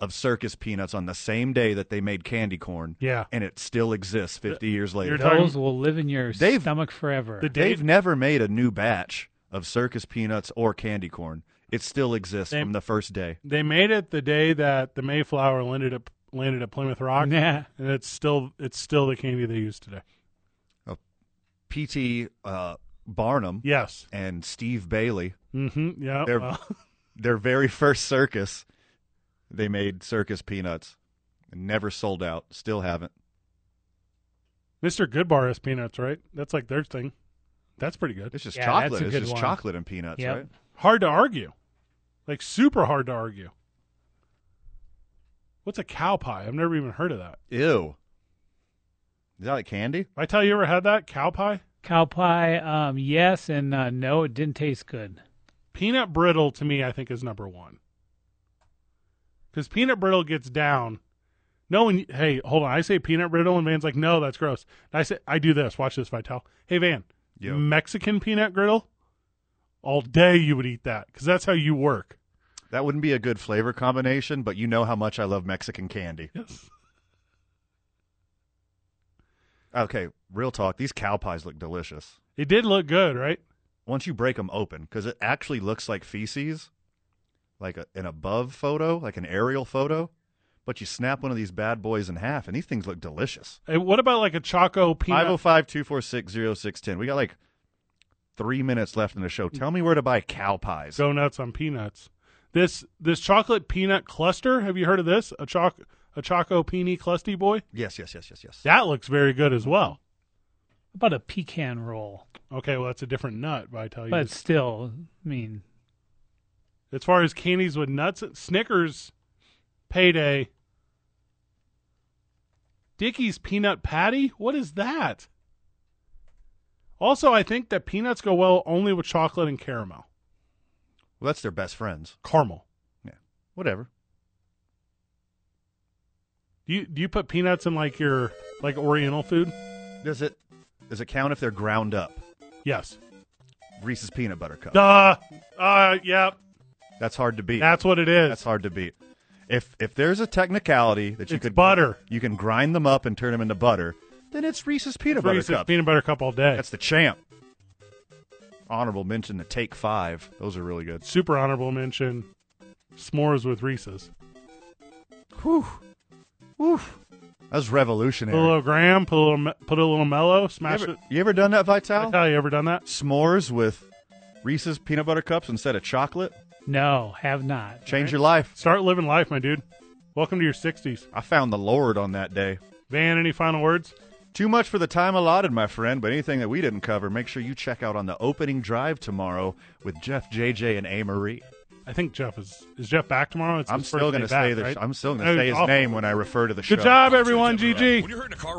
Speaker 2: of circus peanuts on the same day that they made candy corn,
Speaker 1: yeah,
Speaker 2: and it still exists fifty years later.
Speaker 1: you're talking-
Speaker 4: those will live in your
Speaker 2: They've-
Speaker 4: stomach forever.
Speaker 1: the
Speaker 2: They've
Speaker 1: Dave
Speaker 2: never made a new batch of circus peanuts or candy corn. It still exists
Speaker 1: They-
Speaker 2: from the first day.
Speaker 1: They made it the day that the Mayflower landed at landed at Plymouth Rock,
Speaker 4: Nah.
Speaker 1: and it's still it's still the candy they use today.
Speaker 2: P.T. Uh, Barnum
Speaker 1: Yes.
Speaker 2: and Steve Bailey,
Speaker 1: Mm-hmm. Yeah.
Speaker 2: They're-
Speaker 1: well,
Speaker 2: their very first circus, they made circus peanuts. and Never sold out. Still haven't.
Speaker 1: Mr. Goodbar has peanuts, right? That's like their thing. That's pretty good.
Speaker 2: It's just
Speaker 4: Yeah, that's
Speaker 2: chocolate.
Speaker 4: a
Speaker 2: It's
Speaker 4: good
Speaker 2: just
Speaker 4: one.
Speaker 2: chocolate and peanuts,
Speaker 4: Yep.
Speaker 2: right?
Speaker 1: Hard to argue. Like super hard to argue. What's a cow pie? I've never even heard of that.
Speaker 2: Ew. Is that like candy?
Speaker 1: I tell you, ever had that cow pie?
Speaker 4: Cow pie, um, yes and uh, no, it didn't taste good.
Speaker 1: Peanut brittle to me, I think, is number one. Because peanut brittle gets down. No one. Hey, hold on. I say peanut brittle, and Van's like, "No, that's gross." And I say, "I do this. Watch this, Vital." Hey, Van.
Speaker 2: Yo.
Speaker 1: Mexican peanut brittle. All day you would eat that because that's how you work.
Speaker 2: That wouldn't be a good flavor combination, but you know how much I love Mexican candy.
Speaker 1: Yes.
Speaker 2: Okay, real talk. These cow pies look delicious.
Speaker 1: It did look good, right?
Speaker 2: Once you break them open, because it actually looks like feces, like a, an above photo, like an aerial photo. But you snap one of these bad boys in half, and these things look delicious.
Speaker 1: Hey, what about like a choco peanut?
Speaker 2: 505 246 0610. We got like three minutes left in the show. Tell me where to buy cow pies.
Speaker 1: Mm. Go nuts on peanuts. This this chocolate peanut cluster. Have you heard of this? A choc a choco peony clusty boy.
Speaker 2: Yes, yes, yes, yes, yes.
Speaker 1: That looks very good as well.
Speaker 4: How about a pecan roll?
Speaker 2: Oh,
Speaker 1: Okay, well that's a different nut, but I tell you.
Speaker 4: But still, I mean,
Speaker 1: As far as candies with nuts, Snickers, payday. Dickie's peanut patty? What is that? Also, I think that peanuts go well only with chocolate and caramel.
Speaker 2: Well, that's their best friends.
Speaker 1: Caramel.
Speaker 2: Yeah. Whatever.
Speaker 1: Do you do you put peanuts in like your like oriental food?
Speaker 2: Does it does it count if they're ground up?
Speaker 1: Yes.
Speaker 2: Reese's peanut butter cup.
Speaker 1: Duh. Uh yep.
Speaker 2: That's hard to beat.
Speaker 1: That's what it is.
Speaker 2: That's hard to beat. If if there's a technicality that you
Speaker 1: It's
Speaker 2: could
Speaker 1: butter.
Speaker 2: you can grind them up and turn them into butter, then it's Reese's peanut butter
Speaker 1: Reese's
Speaker 2: cup.
Speaker 1: peanut butter cup all day.
Speaker 2: That's the champ. Honorable mention to Take Five. Those are really good.
Speaker 1: super honorable mention. S'mores with Reese's.
Speaker 2: Whew. Whew. That was
Speaker 1: Put
Speaker 2: revolutionary.
Speaker 1: a little graham, put a little, me- put a little mellow,
Speaker 2: you,
Speaker 1: smash
Speaker 2: ever,
Speaker 1: it.
Speaker 2: you ever done that, Vital?
Speaker 1: Vital, you ever done that?
Speaker 2: S'mores with Reese's peanut butter cups instead of chocolate.
Speaker 4: No, have not.
Speaker 2: Change your life.
Speaker 1: Start living life, my dude. Welcome to your 60s.
Speaker 2: I found the Lord on that day.
Speaker 1: Van, any final words?
Speaker 2: Too much for the time allotted, my friend, but anything that we didn't cover, make sure you check out on the opening drive tomorrow with Jeff, JJ, and A. Marie.
Speaker 1: I think Jeff is is Jeff back tomorrow. It's
Speaker 2: I'm
Speaker 1: his
Speaker 2: still
Speaker 1: first day
Speaker 2: going to say
Speaker 1: back,
Speaker 2: the
Speaker 1: right?
Speaker 2: I'm still going
Speaker 1: That
Speaker 2: to say
Speaker 1: was
Speaker 2: his
Speaker 1: awful.
Speaker 2: name when I refer to the show.
Speaker 1: Good job, everyone. GG.
Speaker 6: When you're hurting a car wreck,